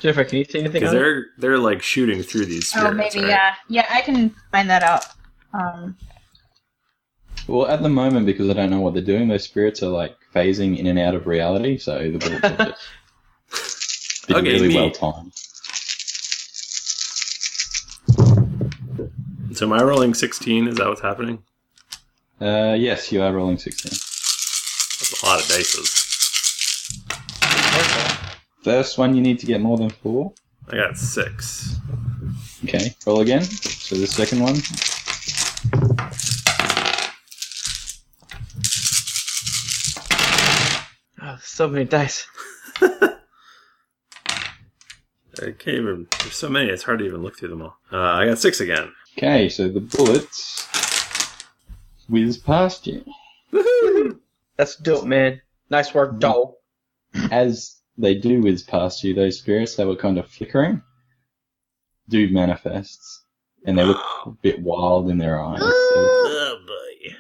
Jennifer, can you see anything?
Because
on it?
they're they're like shooting through these spirits.
Oh, maybe
right?
yeah, yeah. I can find that out. Um,
Well, at the moment, because I don't know what they're doing, those spirits are like phasing in and out of reality, so the bullets are just been
Okay,
really
neat.
well timed.
So am I rolling sixteen? Is that what's happening?
Uh, yes, you are rolling 16.
That's a lot of dices.
First one, you need to get more than four.
I got six.
Okay, roll again. So the second one.
Oh, so many dice.
I can't even. There's so many. It's hard to even look through them all. Uh, I got six again.
Okay, so the bullets whiz past you.
That's dope, man. Nice
Mm-hmm.
work, dog.
As they do whiz past you, those spirits that were kind of flickering do manifests, and they look a bit wild in their eyes. So
Oh boy.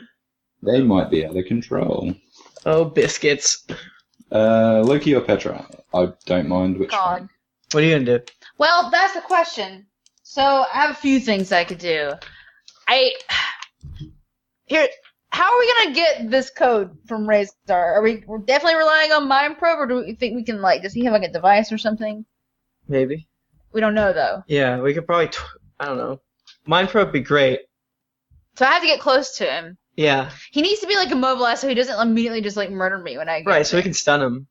they might be out of control.
Oh, biscuits.
Uh, Loki or Petra? I don't mind which
God.
one.
What are you gonna do?
Well, that's the question. So I have a few things I could do. I here. How are we gonna get this code from Razor? Are we we're definitely relying on Mind Probe, or do we think we can like? Does he have like a device or something?
Maybe.
We don't know though.
Yeah, we could probably. Tw- I don't know. Mind probe would be great.
So I have to get close to him.
Yeah.
He needs to be like immobilized so he doesn't immediately just like murder me when I get
Right. So we can stun him.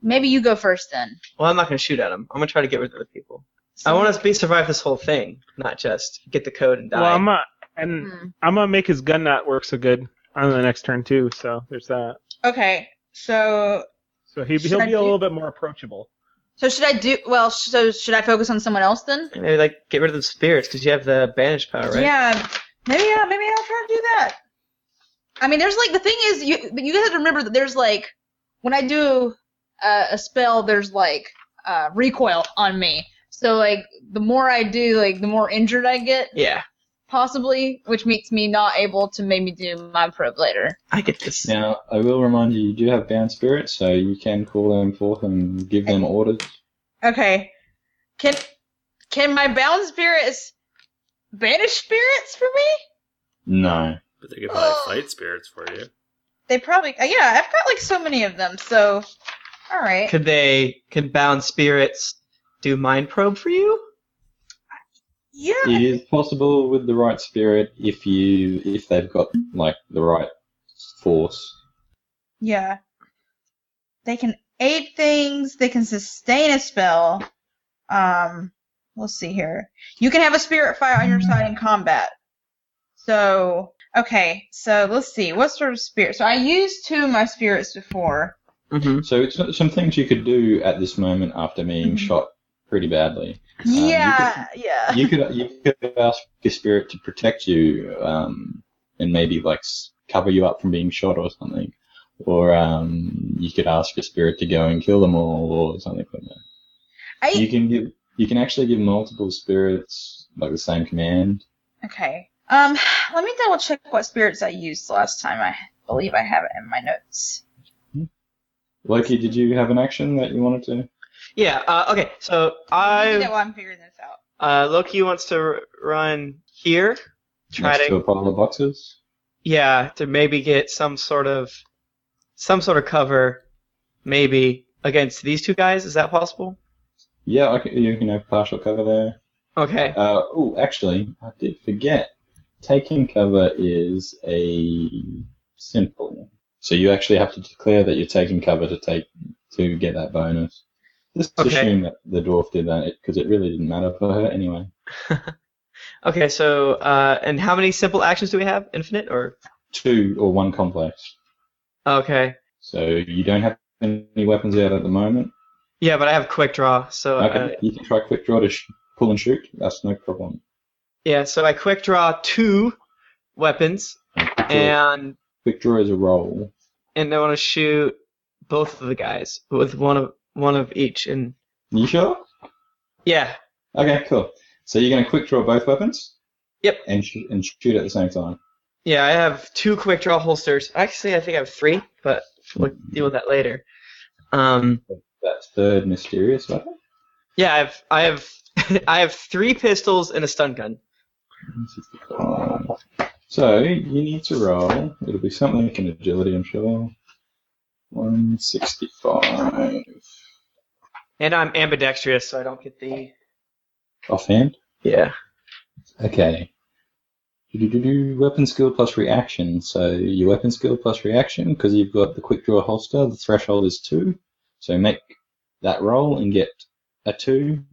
Maybe you go first then.
Well, I'm not gonna shoot at him. I'm gonna try to get rid of the people. I want us to be survive this whole thing, not just get the code and die.
Well, I'm not, and
Hmm.
I'm gonna make his gun not work so good on the next turn too. So there's that.
Okay. So
So he,
Should
he'll
I
be a
do-
little bit more approachable.
so should I do well? sh- So should I focus on someone else then?
Maybe like get rid of the spirits because you have the banish power, right?
Yeah, maybe yeah, maybe I'll try to do that. I mean, there's like the thing is you but you guys have to remember that there's like when I do uh, a spell, there's like uh, recoil on me. So like the more I do, like the more injured I get
Yeah.
possibly, which makes me not able to maybe do my probe later.
I get this.
Now, I will remind you, you do have bound spirits, so you can call them forth and give them orders.
Okay, can can my bound spirits banish spirits for me?
No.
But they could probably fight spirits for you.
They probably uh, yeah, I've got like so many of them. So all right.
Could they can bound spirits do mind probe for you?
Yeah.
It is possible with the right spirit if you if they've got like the right force.
Yeah. They can aid things, they can sustain a spell. Um we'll see here. You can have a spirit fire on your side in combat. So okay, so let's see. What sort of spirit? So I used two of my spirits before.
Mm-hmm.
So it's not- some things you could do at this moment after being
Mhm.
shot pretty badly. Uh, you
Yeah, yeah.
You could you could ask your spirit to protect you um, and maybe like s- cover you up from being shot or something. Or um, you could ask your spirit to go and kill them all or something like that.
I-
You can give you can actually give multiple spirits like the same command.
Okay. Um, let me double check what spirits I used last time. I believe I have it in my notes.
Loki, did you have an action that you wanted to?
Yeah. Uh, okay. So
Let me do
I
that while I'm figuring this out.
uh, Loki wants to r- run here, try
next
to
to a pile of boxes.
yeah to maybe get some sort of some sort of cover, maybe against these two guys. Is that possible?
Yeah, I can, you can have partial cover there.
Okay.
Uh, oh, actually, I did forget. Taking cover is a simple. So you actually have to declare that you're taking cover to take to get that bonus. Just
Okay.
assume that the dwarf did that because it really didn't matter for her anyway.
Okay. So uh, and how many simple actions do we have? Infinite or
Two or one complex.
okay.
So you don't have any weapons out at the moment.
Yeah, but I have quick draw, so
Okay,
uh,
you can try quick draw to sh- pull and shoot. That's no problem.
yeah, so I quick draw two weapons, and
quick draw is a roll.
and I want to shoot both of the guys with one of one of each, and
You sure?
yeah,
Okay, cool. So you're going to quick draw both weapons.
Yep.
And sh- and shoot at the same time.
Yeah, I have two quick draw holsters. Actually, I think I have three, but we'll deal with that later. Um,
That third mysterious weapon.
yeah, I have I have I have three pistols and a stun gun.
So you need to roll. It'll be something like an agility, I'm sure. 165
And I'm ambidextrous, so I don't get the
offhand.
yeah.
Okay. Do-do-do-do, Weapon skill plus reaction. So your weapon skill plus reaction, because you've got the quick draw holster, the threshold is two. So make that roll and get a two.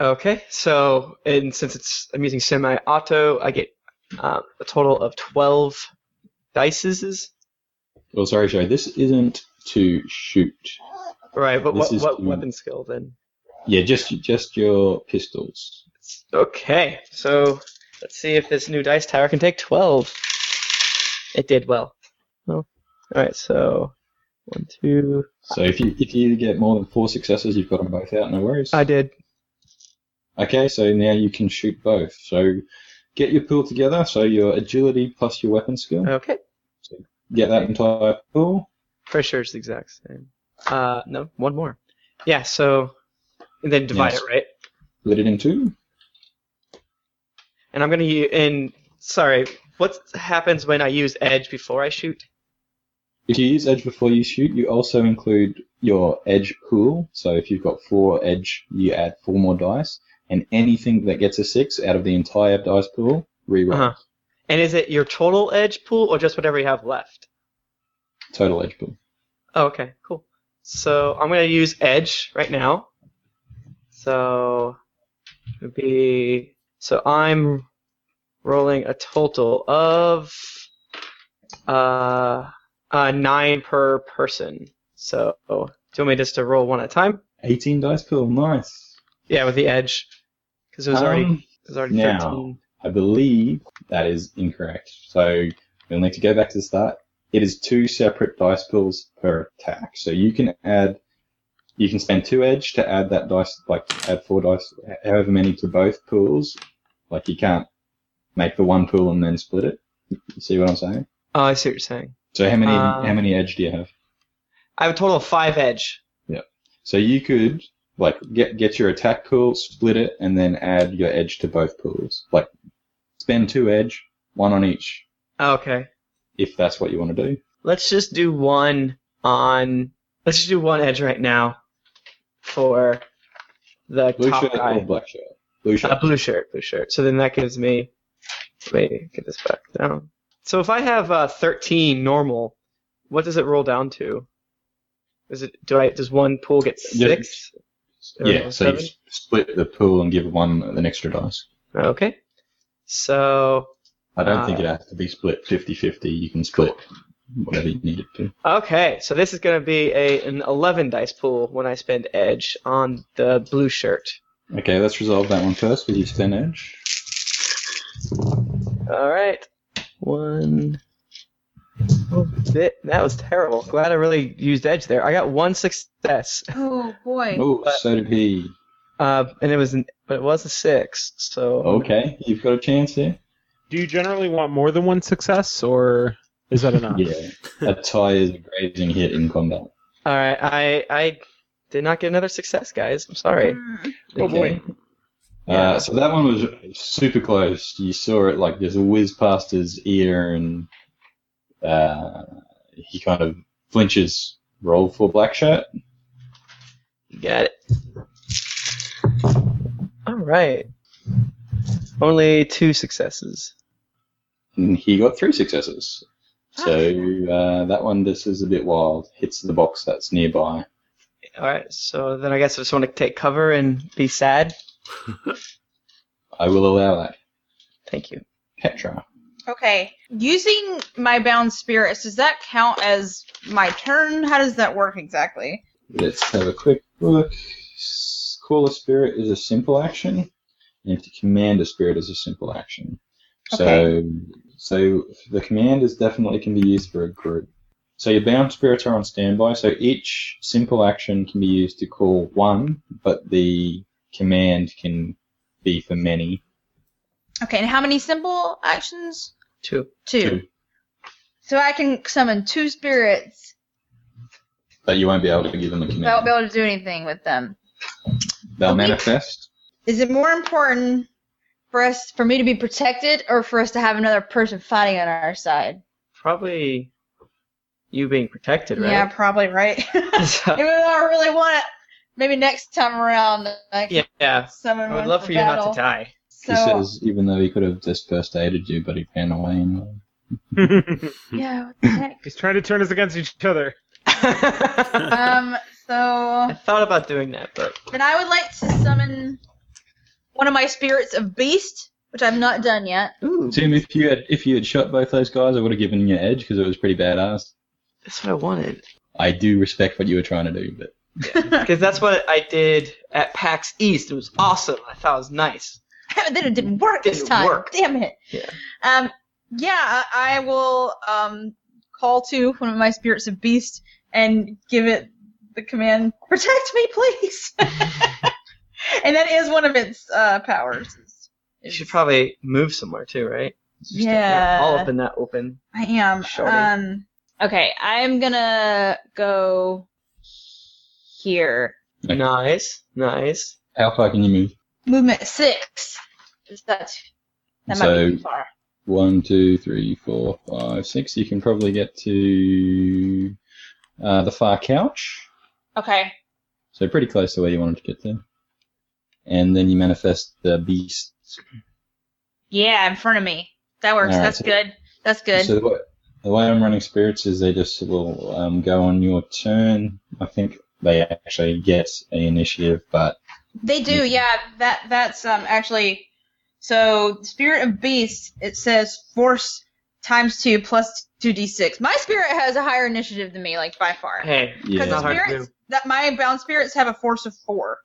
Okay, so and since it's I'm using semi-auto, I get um, a total of twelve dices.
Oh, sorry, sorry. This isn't to shoot.
Right, but
This
what
is
what
to-
weapon skill then?
Yeah, just just your pistols.
Okay, so let's see if this new dice tower can take 12. It did well. Oh. Alright, so. One, two.
So if you if you get more than four successes, you've got them both out. No worries.
I did.
Okay, so now you can shoot both. So get your pool together. So your agility plus your weapon skill.
Okay.
Get that entire pool.
Pretty sure it's the exact same. Uh, no, one more. Yeah, so. And then divide
Yes.
it, right?
Split it in two.
And I'm gonna use. And. Sorry, what happens when I use edge before I shoot?
If you use edge before you shoot, you also include your edge pool. So if you've got four edge, you add four more dice, and anything that gets a six out of the entire dice pool, reroll
Uh-huh. And is it your total edge pool or just whatever you have left?
total edge pool.
Oh, okay, cool. So I'm gonna use Edge right now. So it would be so I'm rolling a total of uh, uh nine per person. So do you want me just to roll one at a time?
Eighteen dice pool, nice.
Yeah, with the Edge, because it was already
Um,
it was already
now.
thirteen.
I believe that is incorrect. So we'll need to go back to the start. It is two separate dice pools per attack. So you can add, you can spend two edge to add that dice, like add four dice, however many to both pools. Like you can't make the one pool and then split it. You see what I'm saying?
Oh, I see what you're saying.
So how many
Uh,
how many edge do you have?
I have a total of five Edge.
So you could like get get your attack pool, split it, and then add your edge to both pools. Like spend two edge, one on each,
Oh, Okay,
if that's what you want to do.
let's just do one on. Let's just do one Edge right now for the
Blue
top
shirt
guy.
or black shirt? Blue shirt.
A blue shirt, blue shirt. So then that gives me. Wait, get this back down. So if I have uh, 13 normal, what does it roll down to? Is it do I does one pool get
Yeah.
six? Or
yeah, so you
seven?
s- split the pool and give one an extra dice.
okay. So
I don't
Ah.
think it has to be split 50 50. You can split whatever you need it to.
okay, so this is gonna be a an 11 dice pool when I spend edge on the blue shirt.
Okay, let's resolve that one first with your thin edge.
All right, one. Oh, that that was terrible. Glad I really used edge there. I got one success.
Oh boy.
Oh, so did he.
Uh, and it was an, but it was a six. So
Oh. Okay, you've got a chance here.
Do you generally want more than one success, or is that
Ah.
enough?
Yeah, a tie is a grazing hit in combat.
all right, I I did not get another success, guys. I'm sorry.
Mm.
Oh, boy.
Uh, so that one was super close. You saw it like just whiz past his ear, and uh, he kind of flinches. Roll for black shirt.
You got it. All right. Only two successes.
And he got three successes. So uh, that one, this is a bit wild. Hits the box that's nearby.
All right, so then I guess I just want to take cover and be sad.
I will allow that.
Thank you.
Petra.
Okay. Using my bound spirits, does that count as my turn? How does that work exactly?
Let's have a quick look. S- Call a spirit is a simple action, and to command a spirit is a simple action. So, so the command is definitely can be used for a group. So your bound spirits are on standby. So each simple action can be used to call one, but the command can be for many.
Okay, and how many simple actions?
Two.
Two.
Two.
So I can summon two spirits,
But you won't be able to give them a
but I won't be
command.
able to do anything with them.
They'll
Okay.
manifest.
Is it more important for us, for me to be protected, or for us to have another person fighting on our side?
Probably you being protected, right?
Yeah, probably right.
So-
Maybe I really want it. Maybe next time around, I can
yeah.
summon
I
one
would love for you
battle.
not to die.
So,
He says, even though he could have just first aided you, but he ran away anyway.
yeah, what the heck?
He's trying to turn us against each other.
I
um, so
thought about doing that, but
then I would like to summon one of my spirits of beast, which I've not done yet.
ooh,
Tim, if you had if you had shot both those guys, I would have given you edge because it was pretty badass.
that's what I wanted.
I do respect what you were trying to do, but
Because that's what I did at PAX East. It was awesome. I thought it was nice.
then it didn't work this
Didn't
time.
work.
Damn it.
Yeah.
Um, yeah, I I will um call to one of my spirits of beast and give it the command, protect me, please. and that is one of its uh powers. is-
You should probably move somewhere too, right? It's just, uh,
Yeah.
All up in that open.
I am.
Shorty.
Um. Okay, I'm gonna go here.
Okay.
Nice, nice.
how far can you move?
Movement six. Is that that might
So-
be too far?
One, two, three, four, five, six. You can probably get to uh, the far couch,
Okay.
so pretty close to where you wanted to get there. And then you manifest the beast.
Yeah, in front of me. That works.
All right,
That's
so-
good. That's good.
So the way, the way I'm running spirits is they just will um, go on your turn. I think they actually get an initiative, but
They do,
Mhm.
yeah. That that's um actually so spirit of beast. It says force times two plus two d six. My spirit has a higher initiative than me, like by far.
Hey,
Yeah.
it's not hard to
spirits
do.
that my bound spirits have a force of four.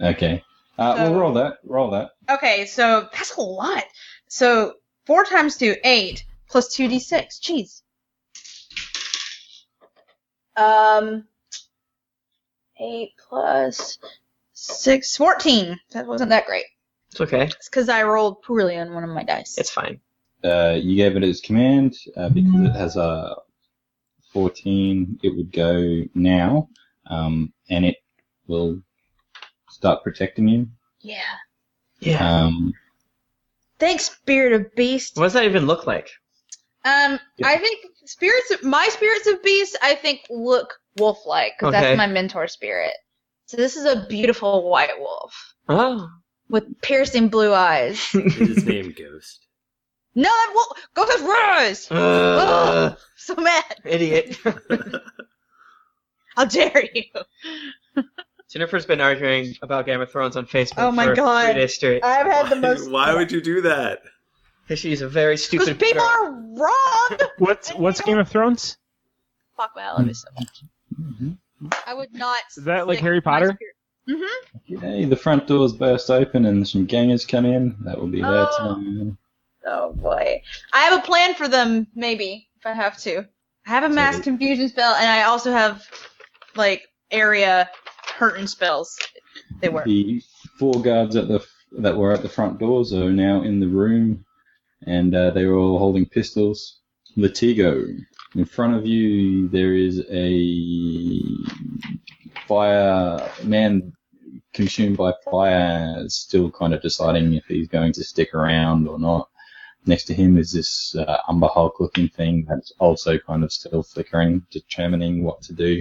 Okay. Uh,
So-
well, roll that. Roll that.
Okay, so that's a lot. So four times two, eight plus two d six. Jeez. Um, eight plus six, 14. That wasn't that great.
It's okay.
It's because I rolled poorly on one of my dice.
It's fine.
Uh, you gave it as command uh, because it has a 14. It would go now, um, and it will start protecting you.
yeah.
Yeah.
Um,
Thanks, Spirit of Beast.
what does that even look like?
Um,
Yeah.
I think spirits, of, my spirits of beast, I think look wolf-like because
Okay.
that's my mentor spirit. So this is a beautiful white wolf
Oh.
with piercing blue eyes.
Is his name Ghost?
no, that wolf, go with Rose.
Ugh,
So mad.
Uh, idiot.
How dare you?
Jennifer's been arguing about Game of Thrones on Facebook
Oh my
for
God.
three days straight.
I've had the
Why-
most.
Why would you do that?
Because she's a very
Because
stupid
people
girl.
are wrong.
What's what's Game of Thrones?
Fuck, man, I love it so much. I would not.
Is that like
stick
Harry
my
Potter?
spirit- Mhm.
Yay, the front doors burst open and some gangers come in. That will be their
Oh.
turn.
Oh boy. I have a plan for them, maybe, if I have to. I have a mass
they-
confusion spell and I also have like area hurting spells. They work.
The four guards at the f- that were at the front doors are now in the room, and uh, they were all holding pistols. Latigo. In front of you, there is a fire man consumed by fire, still kind of deciding if he's going to stick around or not. Next to him is this uh, umber hulk looking thing that's also kind of still flickering, determining what to do.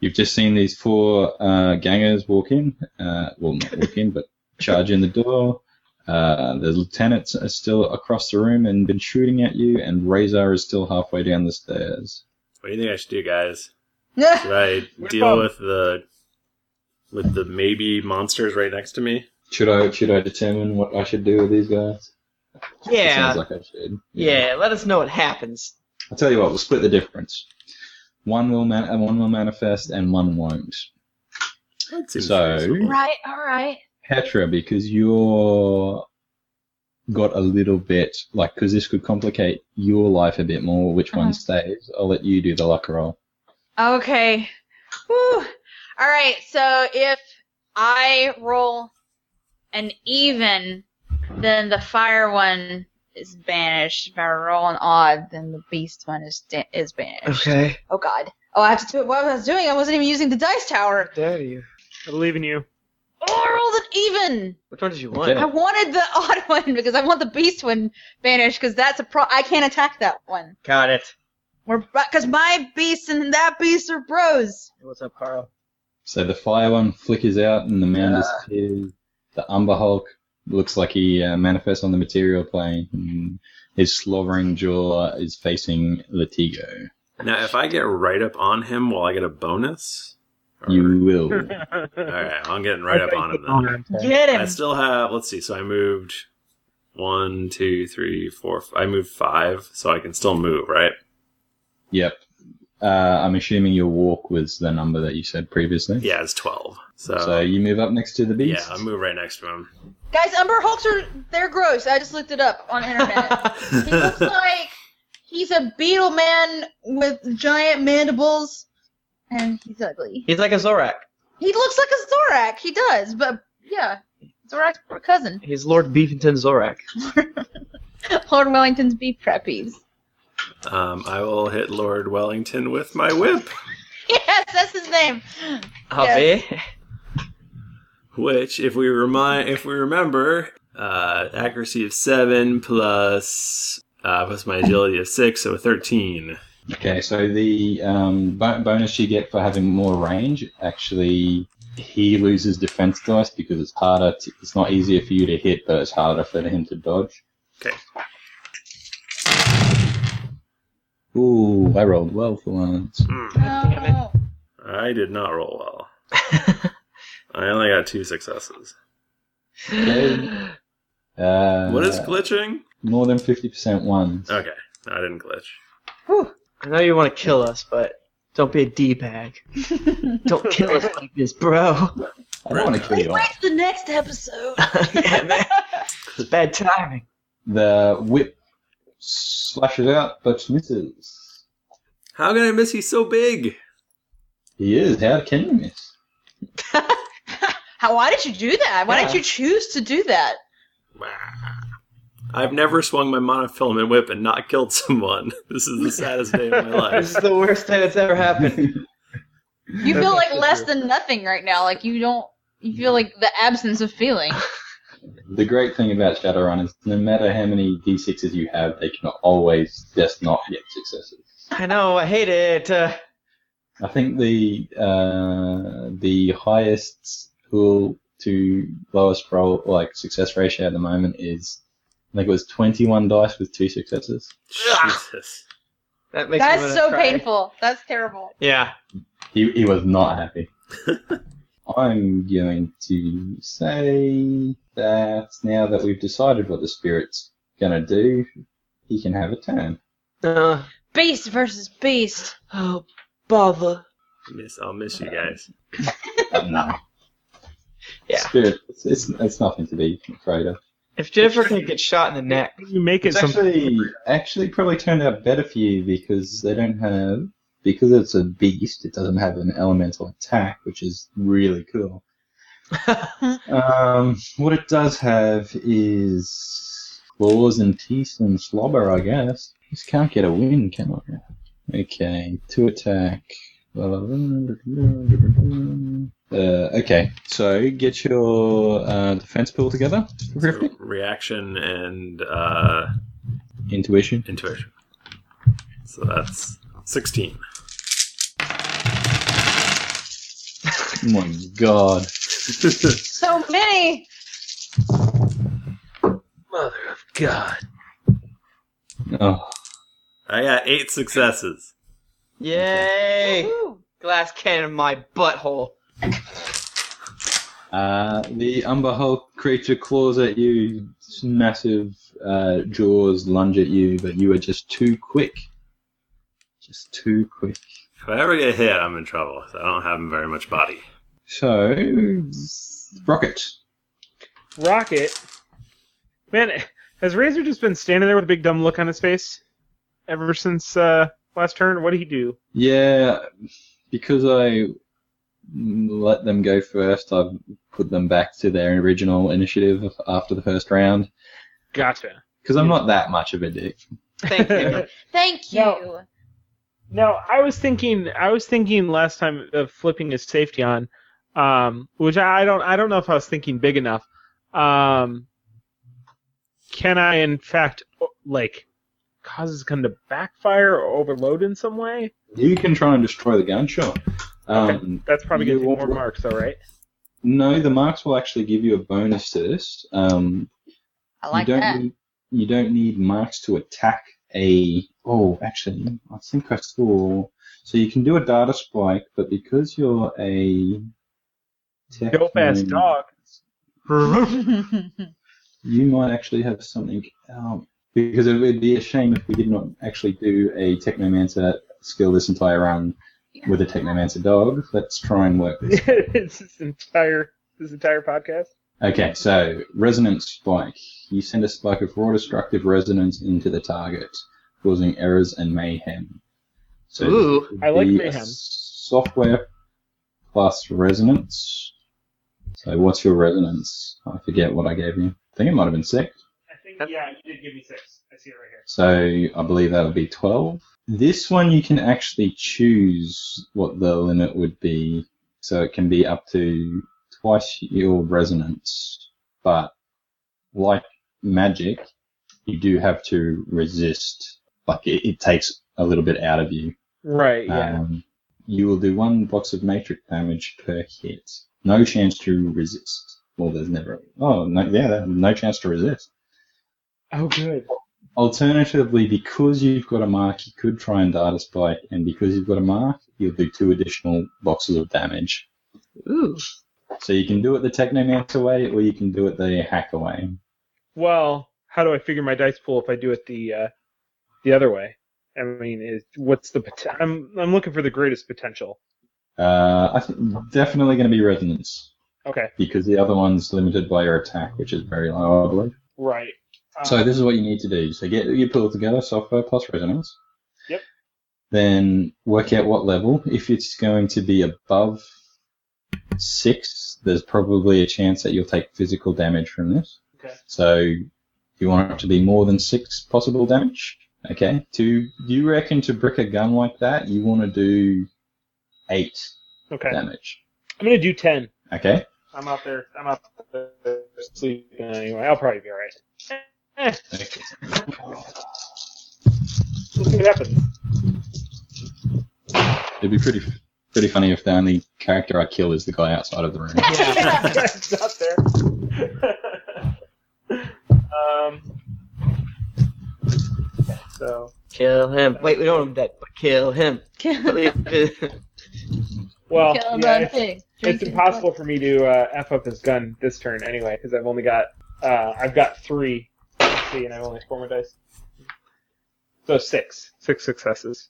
You've just seen these four uh, gangers walk in. Uh, well, not walk in, but charge in the door. Uh, the lieutenants are still across the room and been shooting at you, and Razor is still halfway down the stairs.
What do you think I should do, guys?
Nah,
Should I
Whip
deal
him.
with the with the maybe monsters right next to me?
Should I should I determine what I should do with these guys? It
yeah.
sounds like I should.
yeah, let us know what happens.
I'll tell you what. We'll split the difference. One will man- uh, one will manifest, and one won't.
That seems
So-
reasonable.
right, alright.
Petra, because you're got a little bit like because this could complicate your life a bit more. Which one
Uh-huh.
stays? I'll let you do the luck roll.
Okay. Woo. Alright, so if I roll an even, then the fire one is banished. If I roll an odd, then the beast one is da- is banished.
Okay.
Oh god. Oh, I have to do it. What I was doing, I wasn't even using the dice tower.
Dare you?
I believe in you.
Oh, I rolled an even.
Which one did you want?
Okay.
I wanted the odd one because I want the beast one banished because that's a pro. I can't attack that one.
Got it.
We're because my beast and that beast are bros.
What's up, Carl?
So the fire one flickers out and the man
Yeah.
disappears. The Umber Hulk looks like he uh, manifests on the material plane. And his slobbering jaw is facing Latigo.
Now, if I get right up on him, will I get a bonus? Or-
You will.
All right, I'm getting right up on him. Then.
Get
I still have. Let's see. So I moved one, two, three, four. f- I moved five, so I can still move, right?
yep. Uh, I'm assuming your walk was the number that you said previously.
Yeah, it's twelve. So,
So you move up next to the
yeah,
beast.
I move right next to him.
Guys, Umber Hulks are they're gross. I just looked it up on internet. he looks like he's a beetle man with giant mandibles, and he's ugly.
He's like a Zorak.
He looks like a Zorak. He does, but yeah, Zorak's cousin,
He's Lord Beefington Zorak.
Lord Wellington's beef preppies.
um, I will hit Lord Wellington with my whip,
Yes, that's his name.
Ave.
which, if we remind, if we remember, uh, accuracy of seven plus uh, plus my agility of six, so thirteen.
Okay, so the um, bo- bonus you get for having more range actually he loses defense dice because it's harder. To, it's not easier for you to hit, but it's harder for him to dodge.
Okay.
Ooh, I rolled well for once.
Mm.
No.
I did not roll well. I only got two successes.
Okay. Uh,
What is Oh, glitching?
more than fifty percent ones?
Okay, I didn't glitch.
I know you want to kill us, but don't be a d-bag. don't kill us like this, bro.
I don't want to kill
Please
you. all.
wait for the next episode.
yeah, man. It's bad timing.
The whip slashes out, but misses.
How can I miss? He's so big.
He is. How can you miss?
How? Why did you do that? Why did
Yeah.
you choose to do that?
I've never swung my monofilament whip and not killed someone. This is the saddest day of my
This
life.
is the worst thing that's ever happened.
You feel like
That's
less
true.
than nothing right now. Like you don't. You feel like the absence of feeling.
The great thing about Shadowrun is no matter how many d6s you have, they can always just not get successes.
I know, I hate it. Uh,
I think the uh, the highest pool to lowest roll like success ratio at the moment is I think it was 21 dice with two successes.
Jesus.
that makes me
That's
wanna
so
cry.
painful. That's terrible.
Yeah.
He he was not happy. I'm going to say that now that we've decided what the spirit's gonna do, he can have a turn.
Uh,
Beast versus beast.
oh, bother.
Miss, I'll miss you guys.
But no.
Yeah.
Spirit, it's, it's, it's nothing to be afraid of.
If Jennifer can get shot in the neck,
You make it
It's
something.
actually, actually probably turned out better for you because they don't have, because it's a beast, it doesn't have an elemental attack, which is really cool. um, what it does have is claws and teeth and slobber, I guess. Just can't get a win, can I? Okay, two attack. Blah, blah, blah, blah, blah, blah. Uh, okay, so get your uh, defense pool together.
So, reaction and uh,
Intuition.
intuition. So that's 16.
Oh my god.
So many.
mother of God.
Oh,
I got eight successes.
Yay!
Woo.
Glass cannon in my butthole.
Uh, the Umber Hulk creature claws at you, its massive uh, jaws lunge at you, but you are just too quick. Just too quick.
If I ever get hit, I'm in trouble. I don't have very much body.
So, Rocket.
Rocket. Man, has Razor just been standing there with a big dumb look on his face ever since uh, last turn? What did he do?
Yeah, because I let them go first, I've put them back to their original initiative after the first round.
Gotcha.
because I'm not that much of a dick.
Thank you.
Thank you.
No. No, I was thinking. I was thinking last time of flipping his safety on, um, which I don't. I don't know if I was thinking big enough. Um, can I, in fact, o- like, cause this gun to backfire or overload in some way?
You can try and destroy the gun, sure. Um,
That's probably gonna
You
take
won't-
more marks, though, right?
No, the marks will actually give you a bonus to this. Um,
I like
you don't
that.
Need, you don't need marks to attack a. Oh, actually, I think I saw. So you can do a data spike, but because you're a tech
Dope ass
nine,
dog.
you might actually have something. Um, because it would be a shame if we did not actually do a technomancer skill this entire run with a technomancer dog. Let's try and work this.
it's this entire this entire podcast.
Okay, so resonance spike. You send a spike of raw destructive resonance into the target, causing errors and mayhem. So this
Ooh.
would
I like
be a
mayhem.
Software plus resonance. So what's your resonance? I forget what I gave you. I think it might have been six.
I think yeah, you did give me six. I see it right here.
So I believe that would be 12. This one you can actually choose what the limit would be. So it can be up to twice your resonance. But like magic, you do have to resist. Like it, it takes a little bit out of you.
Right. Yeah.
Um, you will do one box of matrix damage per hit. No chance to resist. Well, there's never. Oh, no, yeah, no chance to resist.
oh, good.
Alternatively, because you've got a mark, you could try and data spike, and because you've got a mark, you'll do two additional boxes of damage.
Ooh.
So you can do it the Technomancer way, or you can do it the Hacker way.
Well, how do I figure my dice pool if I do it the uh, the other way? I mean, is, what's the pot- I'm I'm looking for the greatest potential.
Uh, I th- definitely going to be Resonance,
Okay,
because the other one's limited by your attack, which is very low, I believe.
right. Um,
So this is what you need to do. So get your pool together, software plus resonance.
Yep.
Then work out what level. If it's going to be above six, there's probably a chance that you'll take physical damage from this.
Okay.
So you want it to be more than six possible damage. Okay. To you reckon to brick a gun like that, you want to do eight
okay,
damage.
I'm gonna do ten.
Okay.
I'm out there. I'm out there sleeping anyway. I'll probably be all right. Eh,
okay.
we'll see what happens.
It'd be pretty pretty funny if the only character I kill is the guy outside of the room.
it's not there. um. So
Kill him. Wait, we don't want him dead, but kill him. Oh, Please.
well, yeah,
Kill the
it's-
pig.
It's
Drink his
impossible for me to uh, f up his gun this turn anyway, because I've only got uh, I've got three. Let's see, and I've only four more dice. So six, six successes.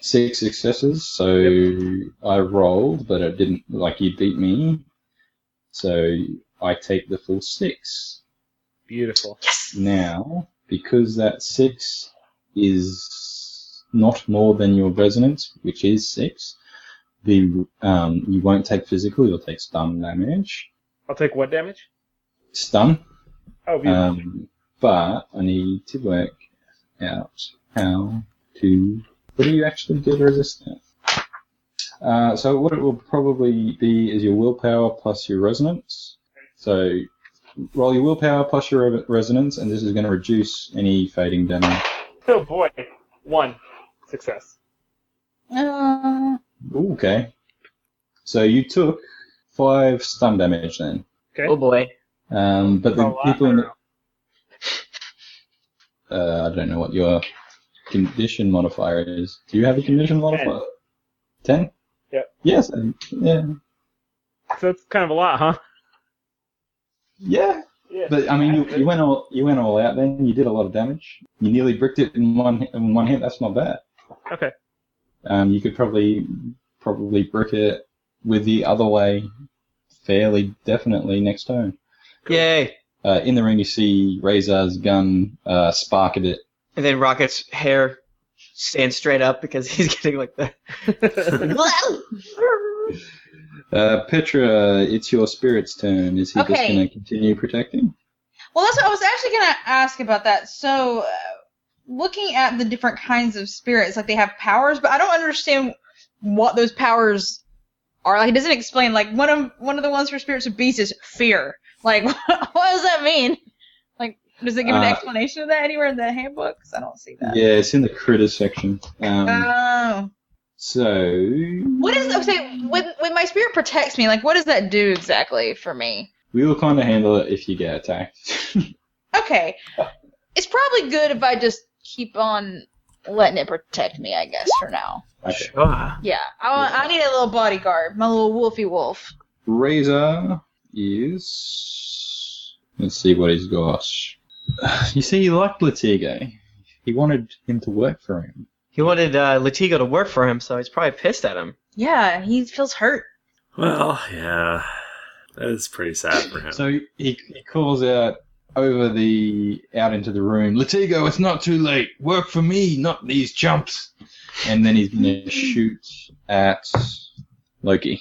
six successes. So I rolled, but it didn't. Like you beat me, so I take the full six.
Beautiful.
Now, because that six is not more than your resonance, which is six, the um, you won't take physical. You'll take stun damage.
I'll take what damage?
Stun.
Oh, beautiful.
Um, but I need to work out how to. What do you actually did resist now? Uh, so what it will probably be is your willpower plus your resonance. So roll your willpower plus your re- resonance, and this is going to reduce any fading damage.
oh boy, one success.
Uh,
Ooh, okay. So you took five stun damage then.
Okay.
oh boy.
Um, but the
Oh, I
people in
don't
the, uh, I don't know what your condition modifier is. Do you have a condition modifier? Ten.
Yep.
Yes. um, Yeah.
know. So that's kind of a lot, huh?
Yeah.
Yeah.
But I mean, you, you went all you went all out. Then you did a lot of damage. You nearly bricked it in one in one hit. That's not bad.
Okay.
Um, you could probably probably brick it with the other way fairly definitely next turn.
Yay.
Uh, in the ring, you see Razor's gun uh, spark a bit.
And then Rocket's hair stands straight up because he's getting like that.
Uh, Petra, it's your spirit's turn. Is he just
Okay.
going to continue protecting?
Well, that's what I was actually going to ask about that. So, uh, looking at the different kinds of spirits, like they have powers, but I don't understand what those powers are. Like, it doesn't explain. Like, one of one of the ones for spirits of beasts is fear. Like, what does that mean? Like, does it give an
Uh,
explanation of that anywhere in the handbook? 'Cause I don't see that.
Yeah, it's in the critters section. Um,
Oh.
so
What is okay? When when my spirit protects me, like what does that do exactly for me?
we will kind of handle it if you get attacked.
Okay, it's probably good if I just keep on letting it protect me. I guess for now.
okay.
Sure.
Yeah, I want, I need a little bodyguard, my little wolfy wolf.
Razor is. Let's see what he's got. You see, he liked Latigo. He wanted him to work for him.
He wanted uh, Latigo to work for him, so he's probably pissed at him.
Yeah, he feels hurt.
Well, yeah. That is pretty sad for him.
So he, he calls out over the out into the room. Latigo, it's not too late. Work for me, not these chumps. And then he's gonna shoot at Loki.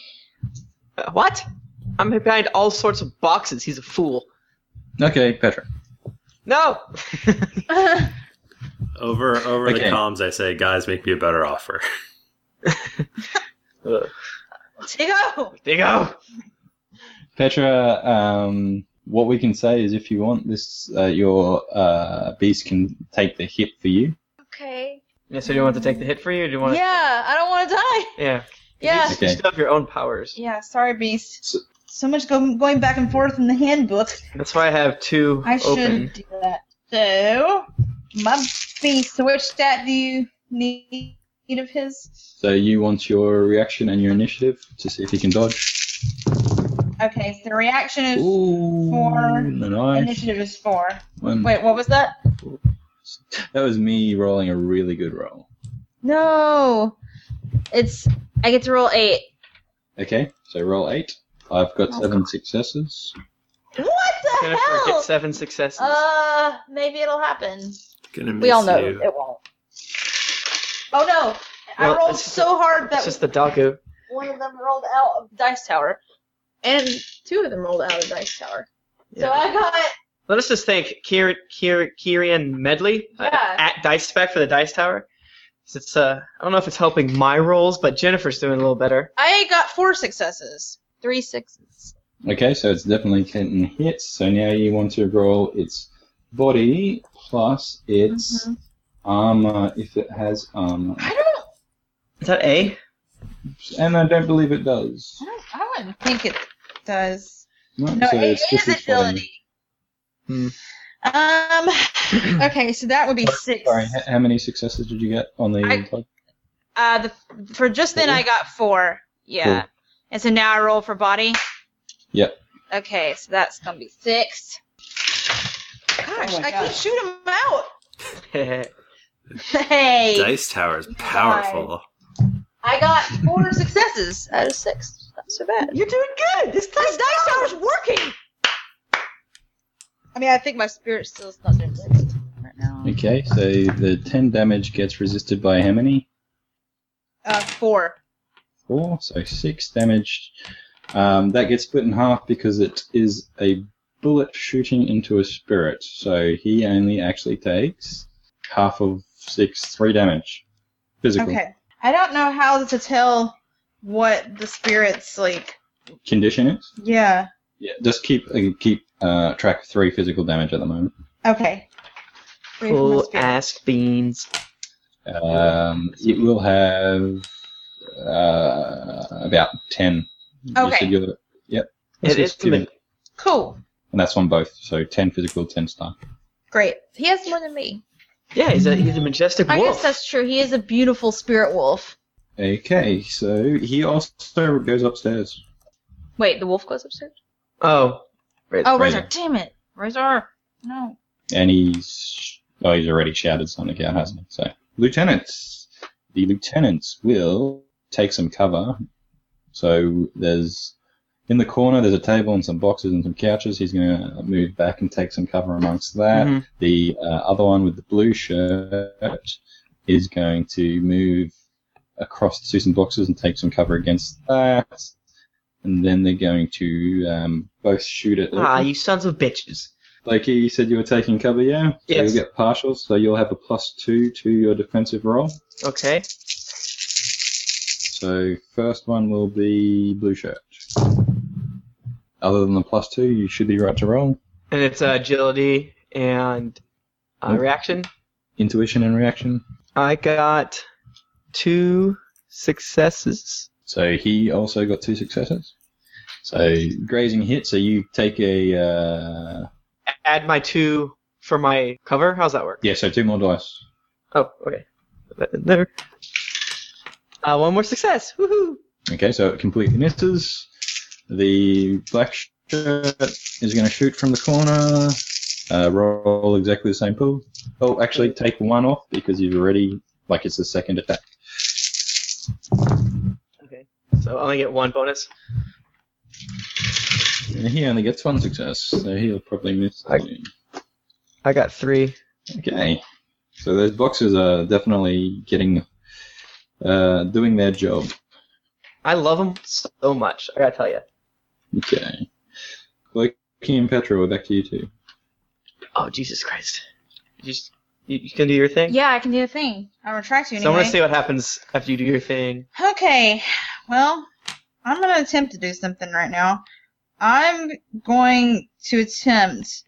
Uh, what? I'm behind all sorts of boxes. He's a fool.
Okay, Petra.
No.
over over the
Okay.
comms, I say, guys, make me a better offer.
Tigo,
Latigo.
Petra, um, what we can say is if you want this, uh, your uh, beast can take the hit for you.
okay.
Yeah. So do you want to take the hit for you? Or do you want?
Yeah, I don't want to die.
To... Yeah.
Yeah,
You still have your own powers.
yeah. Sorry, beast.
So-
So much go- going back and forth in the handbook.
That's why I have two
I
open.
shouldn't do that. So, my beast. So, which stat do you need of his?
So you want your reaction and your initiative to see if you can dodge.
Okay, so the reaction is
Ooh,
Four.
nice.
initiative is four.
One.
Wait, what was that?
That was me rolling a really good roll.
No, it's I get to roll eight.
Okay, so roll eight. I've got
Oh,
seven successes.
What the
Jennifer
hell?
get seven successes.
uh, maybe it'll happen.
Gonna miss
We all know
you.
it won't. Oh no!
Well,
I rolled
it's just
so hard that
it's just the Daku.
one of them rolled out of the dice tower, and two of them rolled out of the dice tower. So
Yeah.
I got
Let us just thank Kir- Kir- Kirian Medley uh,
Yeah.
at Dice Spec for the Dice Tower. So It's uh, I don't know if it's helping my rolls, but Jennifer's doing a little better.
I got four successes. Three sixes.
Okay, so it's definitely getting hit. So now you want to roll its body plus its
Mhm.
armor if it has armor,
I don't,
Is that A?
and I don't believe it does.
I don't. I wouldn't think it does.
No,
No,
so
it
it's
is
just its body.
agility.
Hmm.
Um. Okay, so that would be six.
Sorry, h- how many successes did you get on the?
I- Uh, the, for just then I got four. Yeah.
Cool.
And so now I roll for body.
Yep.
Okay, so that's gonna be six.
Oh
Gosh, I can shoot him out. Hey,
Dice Tower is powerful.
I got four successes out of six. Not so bad.
You're doing good. This
This dice tower's working! I mean, I think my spirit still is not doing good right now.
Okay, so the ten damage gets resisted by how many?
Uh, four.
four, so six damage. Um, that gets split in half because it is a bullet shooting into a spirit, so he only actually takes half of six, three damage. Physical
Okay. I don't know how to tell what the spirit's like.
condition is.
Yeah.
Yeah, just keep uh, keep uh, track of three physical damage at the moment.
Okay. Three for my
Cool
spirit.
ass beans.
Um, it will have uh, about ten. You
Okay.
said you're- Yep.
It is
Give it-
Cool.
and that's on both, so ten physical, ten star.
Great. He has more than me.
Yeah, he's a he's a majestic
I
wolf.
guess that's true. He is a beautiful spirit wolf.
Okay, so he also goes upstairs.
Wait, the wolf goes upstairs?
oh, right.
Oh,
Razor.
Razor. Damn it. Razor. No.
And he's oh, he's already shouted something out, hasn't he? So lieutenants, the lieutenants will take some cover. So there's in the corner there's a table and some boxes and some couches. He's gonna move back and take some cover amongst that.
Mhm.
The uh, other one with the blue shirt is going to move across to some boxes and take some cover against that. And then they're going to um, both shoot at.
Ah, you sons of bitches.
Like you said, you were taking cover, yeah? So
Yes.
You'll get partials, so you'll have a plus two to your defensive roll.
Okay.
So first one will be blue shirt. Other than the plus two, you should be right to roll.
And it's uh, agility and uh,
Nope.
reaction.
Intuition and reaction.
I got two successes.
So he also got two successes. So grazing hit. So you take a uh,
Add my two for my cover. How's that work?
yeah. So two more dice.
Oh, okay. Put that in there. Uh, one more success. Woohoo!
Okay, so it completely misses. The black shirt is going to shoot from the corner. Uh, roll exactly the same pool. Oh, actually, take one off because you've already like it's the second attack.
So I only get one bonus.
And he only gets one success, so he'll probably miss.
I-
too.
I got three.
Okay. So those boxes are definitely getting, uh, doing their job.
I love them so much. I gotta tell you.
Okay. Loki and Petra, we're back to you two.
Oh Jesus Christ! You just you, you can do your thing.
Yeah, I can do a thing. I'm gonna try to
So I
anyway.
want to see what happens after you do your thing.
Okay, well, I'm gonna attempt to do something right now. I'm going to attempt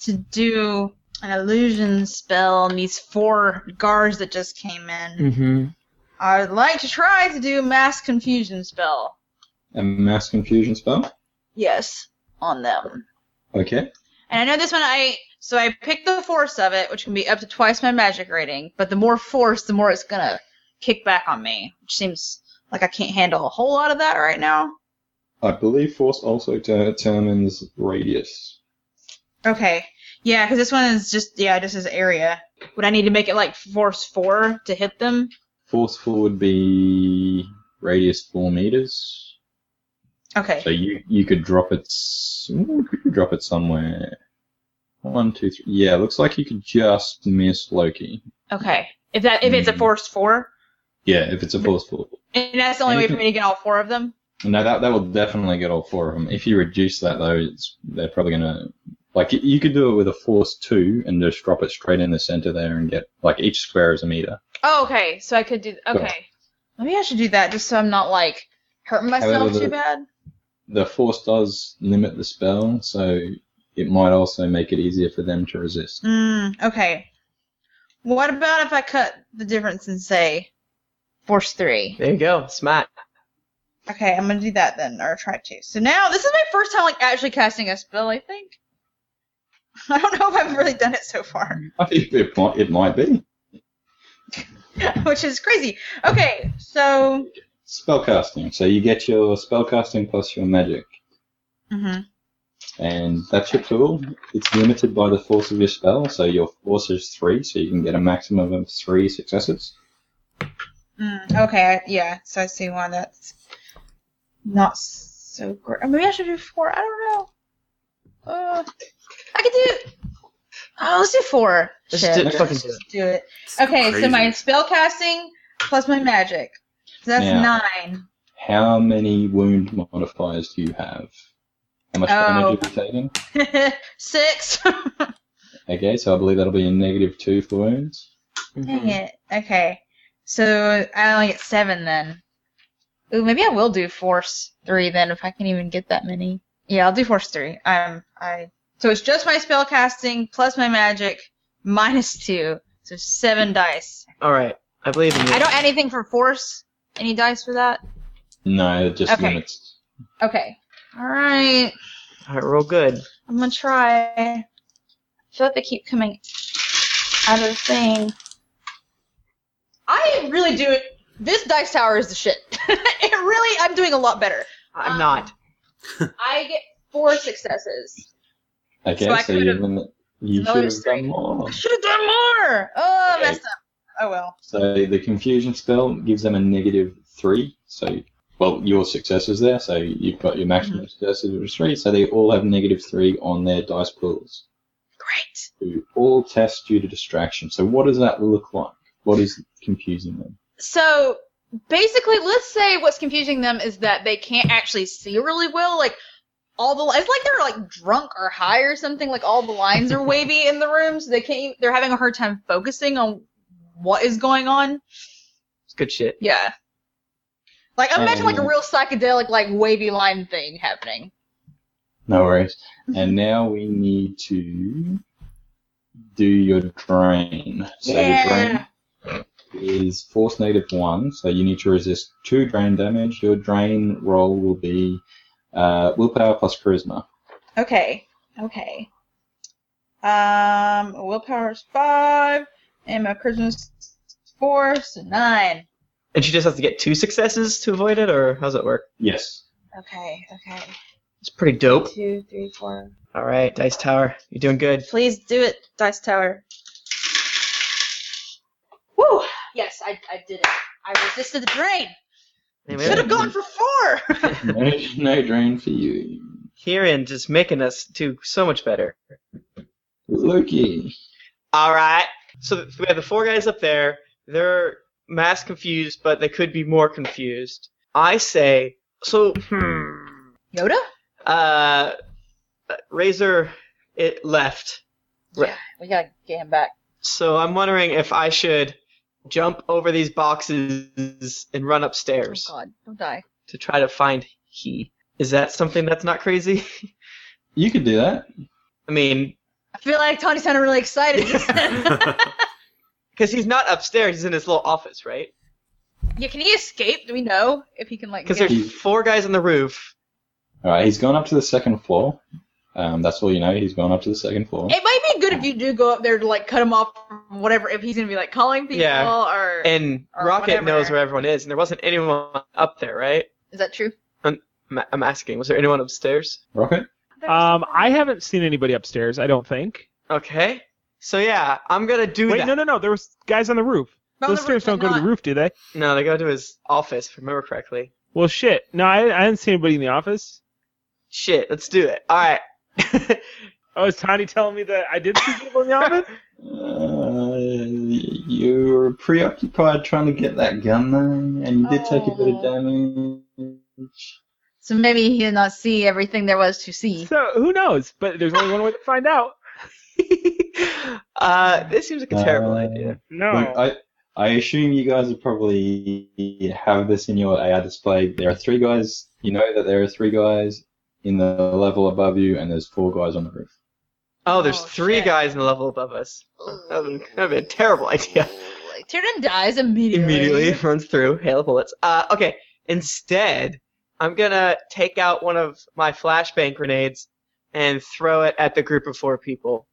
to do an illusion spell on these four guards that just came in.
Mm-hmm.
I'd like to try to do mass confusion spell.
A mass confusion spell.
Yes, on them.
Okay.
And I know this one I so I picked the force of it, which can be up to twice my magic rating, but the more force, the more it's gonna kick back on me, which seems like I can't handle a whole lot of that right now.
I believe force also determines radius.
Okay. Yeah, because this one is just yeah, this is area. Would I need to make it like force four to hit them?
Force four would be radius four meters.
Okay.
So you you could drop it. s- ooh, Could you drop it somewhere? One, two, three. Yeah, looks like you could just miss Loki.
Okay. If that if it's a
Hmm.
force four,
Yeah, if it's a force four.
and that's the only way for me to get all four of them.
No, that that will definitely get all four of them. If you reduce that though, it's, they're probably gonna like you- you could do it with a force two and just drop it straight in the center there and get like each square is a meter.
Oh, okay. So I could do
Sure.
okay. Maybe I should do that just so I'm not like hurting myself
However,
too
the-
bad.
The force does limit the spell, so it might also make it easier for them to resist.
Mm, okay. What about if I cut the difference and say force three?
There you go. Smart.
Okay, I'm gonna do that then, or try to. So now this is my first time like actually casting a spell, I think. I don't know if I've really done it so far,
I think it might it might be
which is crazy. Okay, so
spellcasting. So you get your spellcasting plus your magic,
mhm.
and that's your pool. It's limited by the force of your spell, so your force is three, so you can get a maximum of three successes.
mm, okay, I, yeah. So I see one that's not so great. Maybe I should do four. I don't know. Uh, I could do. Oh, let's do four.
Just
Shit.
do,
Okay.
fucking do it.
do it. Okay, so
Crazy.
my spell casting plus my magic. So that's
Yeah.
nine.
How many wound modifiers do you have? How much
Oh.
damage have you taken?
Six. Dang
Okay, so I believe that'll be a negative two for wounds.
Mhm.
it. Okay. So I only get seven then. Ooh, maybe I will do force three then if I can even get that many. Yeah, I'll do force three. Um I so it's just my spell casting plus my magic minus two. So seven dice.
All right. I believe in you.
I don't add anything for force. Any dice for that?
No, it just
Okay.
limits.
Okay. Alright.
All right. Roll good.
I'm gonna try. I feel like they keep coming out of the thing. I really do it. This dice tower is the shit. it really, I'm doing a lot better.
I'm
Um,
not.
I get four successes.
Okay,
So I
so, you,
could've-
limit, you
So
should
there's
have done
three.
more.
I should have done more. Oh, I
Okay.
messed up. Oh well.
So the confusion spell gives them a negative three. So, well, your success is there, so you've got your maximum
Mm-hmm.
success is three. So they all have negative three on their dice pools.
Great.
Who all test due to distraction. So what does that look like? What is confusing them?
So basically, let's say what's confusing them is that they can't actually see really well. Like, all the it's like they're like drunk or high or something. Like all the lines are wavy in the room, so they can't. Even, they're having a hard time focusing on what is going on.
It's good shit.
Yeah. Like imagine like a
Um,
real psychedelic like wavy line thing happening.
No worries.
Mm-hmm.
And now we need to do your drain. So
Yeah.
your drain is force negative one, so you need to resist two drain damage. Your drain roll will be uh, willpower plus charisma.
Okay. Okay. Um, willpower is five, and my charisma is four, so nine.
And she just has to get two successes to avoid it, or how's it work?
Yes.
Okay. Okay.
It's pretty dope.
Two, three, four.
All right, Dice Tower, you're doing good.
Please do it, Dice Tower. Woo! Yes, I, I did it. I resisted the drain.
Anyway,
Should have gone for four.
no, no drain for you.
Kieran just making us do so much better.
Loki.
All right. So th- we have the four guys up there. They're mass confused, but they could be more confused. I say so.
Yoda?
Uh, Razor it left. Right.
Yeah, we gotta get him back.
So I'm wondering if I should jump over these boxes and run
Oh
upstairs
God, don't die.
to try to find he. Is that something that's not crazy?
You could do that.
I mean,
I feel like Tony sounded really excited. just then.
because he's not upstairs. He's in his little office, right?
yeah, can he escape? Do we know if he can like?
Because
get-
there's four guys on the roof.
All right, he's gone up to the second floor. Um, that's all you know. He's gone up to the second floor.
It might be good if you do go up there to like cut him off from whatever if he's gonna be like calling people
Yeah.
or
And
Or
Rocket
whatever.
knows where everyone is, and there wasn't anyone up there, right?
is that true?
I'm- I'm asking, was there anyone upstairs?
Rocket?
Um, I haven't seen anybody upstairs. I don't think.
Okay. So yeah, I'm gonna do
Wait,
that.
no, no, no. There was guys on the roof.
Not on
Those
the
stairs
roof,
don't go to
not-
the roof, do they?
No, they go to his office, if I remember correctly.
Well, shit. No, I, I didn't see anybody in the office.
Shit, let's do it. All right.
Oh, is Tony telling me that I did see people in the office?
Uh, you're preoccupied trying to get that gun though, and you did take a bit of
Oh.
damage.
So maybe he did not see everything there was to see.
So who knows? But there's only one way to find out.
uh, this seems like a terrible
Uh,
idea.
No.
Look, I I assume you guys have probably have this in your AI display. There are three guys. You know that there are three guys in the level above you, and there's four guys on the roof.
Oh, there's
Oh,
three
shit.
guys in the level above us. That would that'd be a terrible idea.
Like, Tiernan dies immediately.
Immediately runs through, hail of bullets. Uh, okay. Instead, I'm gonna take out one of my flashbang grenades and throw it at the group of four people.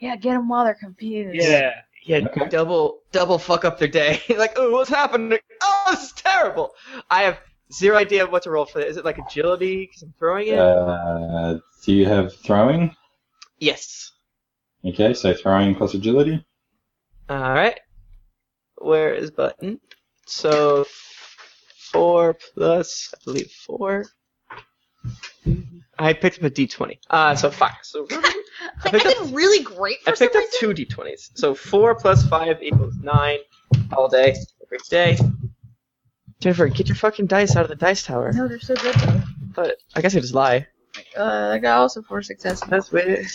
Yeah, get them while they're confused.
yeah.
Yeah,
Okay.
double double fuck up their day. like, oh, what's happening? Oh, this is terrible. I have zero idea what to roll for that. Is it like agility because I'm throwing it?
Uh, do you have throwing?
yes.
Okay, so throwing plus agility.
All right. Where is button? So four plus, I believe four. I picked up a d20. Uh, so five. So
Like, I,
picked up-
did really great for
I picked
some
up
reason.
two d20s. So four plus five equals nine. All day, every day. Jennifer, get your fucking dice out of the dice tower.
No, they're so good. though.
But I guess I just lie.
Uh, I got also four successes.
That's weird.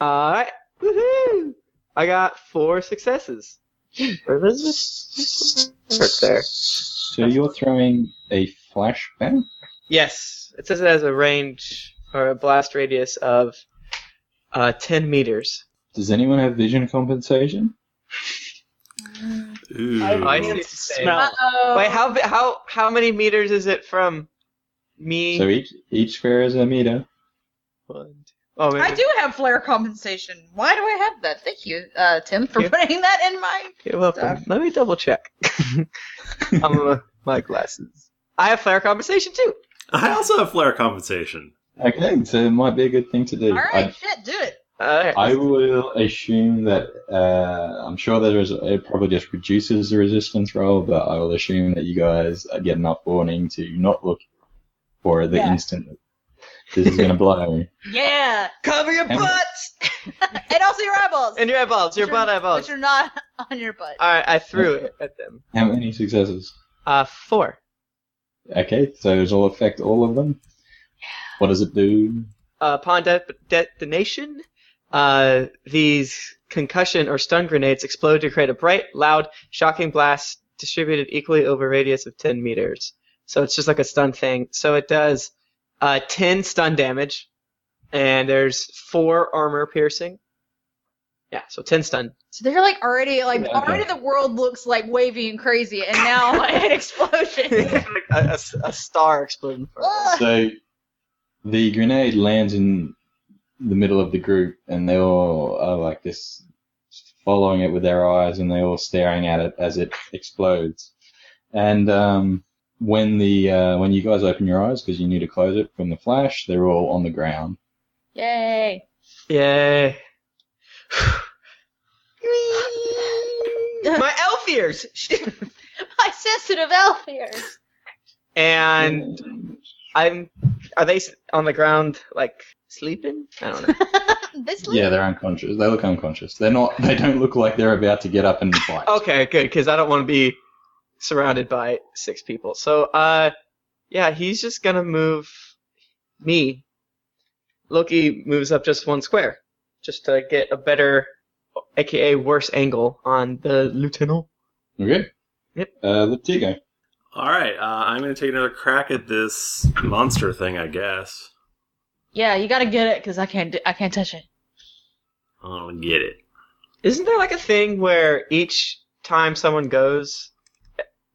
Alright. Woohoo! I got four successes. Where does this work there?
So you're throwing a flashbang.
Yes. It says it has a range or a blast radius of uh, 10 meters.
Does anyone have vision compensation?
Mm.
Ooh.
I
Can't
see.
smell.
Uh oh.
Wait, how bi- how how many meters is it from me?
So each each square is a meter.
One, two- Oh, maybe.
I do have flare compensation. Why do I have that? Thank you, uh, Tim, for
Yeah.
putting that in my.
You're welcome. Let me double check. I'm gonna- my glasses. I have flare conversation too.
I also have flare compensation.
Okay, so it might be a good thing to do.
All right, shit, do it.
Alright.
I, I will assume that uh, I'm sure that is, it probably just reduces the resistance roll, but I will assume that you guys are getting enough warning to not look for the
Yeah.
instant that this is going to blow.
Yeah,
Cover your
Am-
butts
and also your eyeballs.
and your eyeballs, your
Which
butt
are-
eyeballs. Uh,
Which are not on your butt.
All right, I threw it at them.
How many successes?
Uh, four.
Okay, so it'll affect all of them. What does it do?
uh, upon de- detonation, uh, these concussion or stun grenades explode to create a bright, loud, shocking blast distributed equally over a radius of 10 meters. So it's just like a stun thing. So it does uh, 10 stun damage, and there's 4 armor piercing. Yeah, so 10 stun.
So they're like already like
Yeah, okay.
already the world looks like wavy and crazy, and now an explosion.
a, a- a star exploding. for us.
So the grenade lands in the middle of the group, and they all are like this, following it with their eyes, and they're all staring at it as it explodes. And um, when the uh, when you guys open your eyes because you need to close it from the flash, they're all on the ground.
Yay!
Yay. My elf ears!
My sensitive elf ears.
and I'm. Are they s- on the ground, like sleeping? I don't know.
This
yeah, they're unconscious. They look unconscious. They're not. They don't look like they're about to get up and fight.
okay, good, because I don't want to be surrounded by six people. So, uh, yeah, he's just gonna move me. Loki moves up just one square, just to get a better, aka worse angle on the lieutenant.
Okay.
Yep.
Uh, Latigo.
All right, uh, I'm going to take another crack at this monster thing, I guess.
Yeah, you gotta get it because I can't. do- I can't touch it.
I'll get it.
Isn't there like a thing where each time someone goes,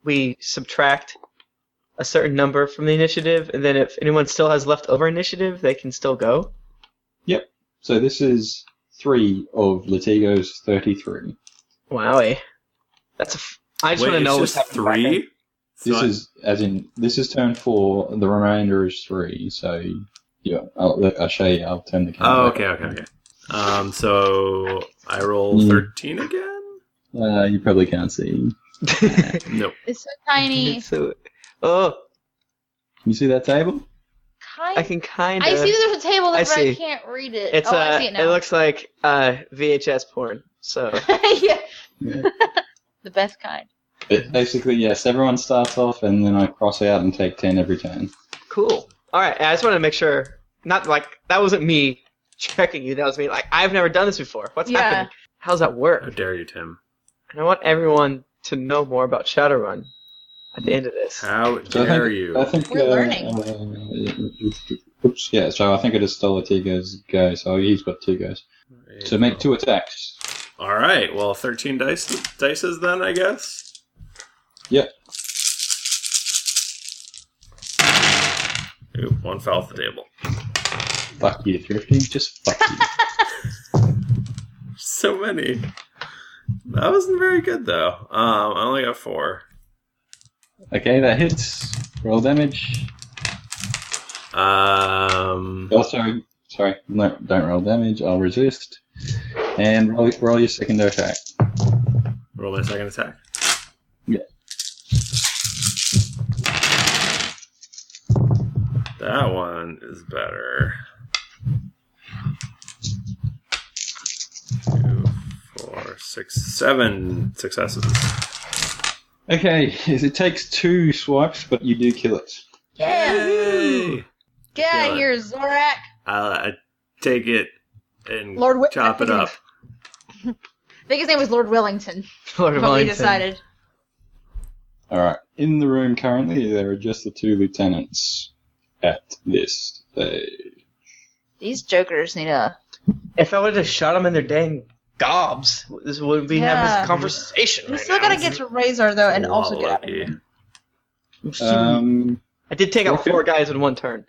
we subtract a certain number from the initiative, and then if anyone still has leftover initiative, they can still go?
So this is three of Latigo's thirty-three.
Wowie. That's a. F- I just
Wait,
want to
it's
know what's
just
happening. back
three.
This
So I-
is as in this is turn four. The remainder is three. So yeah, I'll, I'll show you. I'll turn the camera.
Oh,
back.
okay, okay, okay. Um, so I roll
Hmm.
thirteen again.
Uh, you probably can't see. Can
then.
Nope.
It's so tiny.
so, oh,
you see that table?
Kind.
I can kind of.
I see that there's a table
I
there, but I
see.
can't read it.
It's
oh,
uh,
I see it now.
looks like uh, VHS porn. So
yeah,
Yeah.
the best kind.
But basically, yes. Everyone starts off, and then I cross out and take ten every turn.
cool. All right, I just want to make sure. Not like that wasn't me checking you. That was me. Like I've never done this before. What's
Yeah.
happening? How's that work?
How dare you, Tim?
And I want everyone to know more about Shadowrun at the end of this.
How
So
dare
I think,
you?
I think,
We're
uh,
learning.
uh, oops, yeah. So I think I just stole Latigo's go. So he's got two goes. So make two attacks.
All right. Well, thirteen dice dices then, I guess.
Yep.
Ooh, one fell off the table.
Fuck you, Thrifty. Just fuck you.
So many. That wasn't very good though. Um, I only got four.
Okay, that hits. Roll damage.
Um,
Oh, sorry. Sorry. No, don't roll damage. I'll resist. And roll, roll your second attack.
roll my second attack.
Yeah.
That one is better. Two, four, six, seven successes.
Okay, it takes two swipes, but you do kill it.
Yeah,
Yay!
get out
Yeah.
of here, Zorak.
Uh, I take it and
Lord Wi-
chop
I
it
think
up.
I think his name was Lord Wellington.
Lord
What
of
we
Wellington.
decided.
All right. In the room currently, there are just the two lieutenants at this stage.
These jokers need a.
If I would have shot them in their dang gobs, this wouldn't be having
Yeah.
this conversation.
We
right
still
now.
gotta get to Razor though, and
Wow,
uh, also get out. of
lucky.
here.
I'm still-
Um,
I did take out
Okay.
four guys in one turn.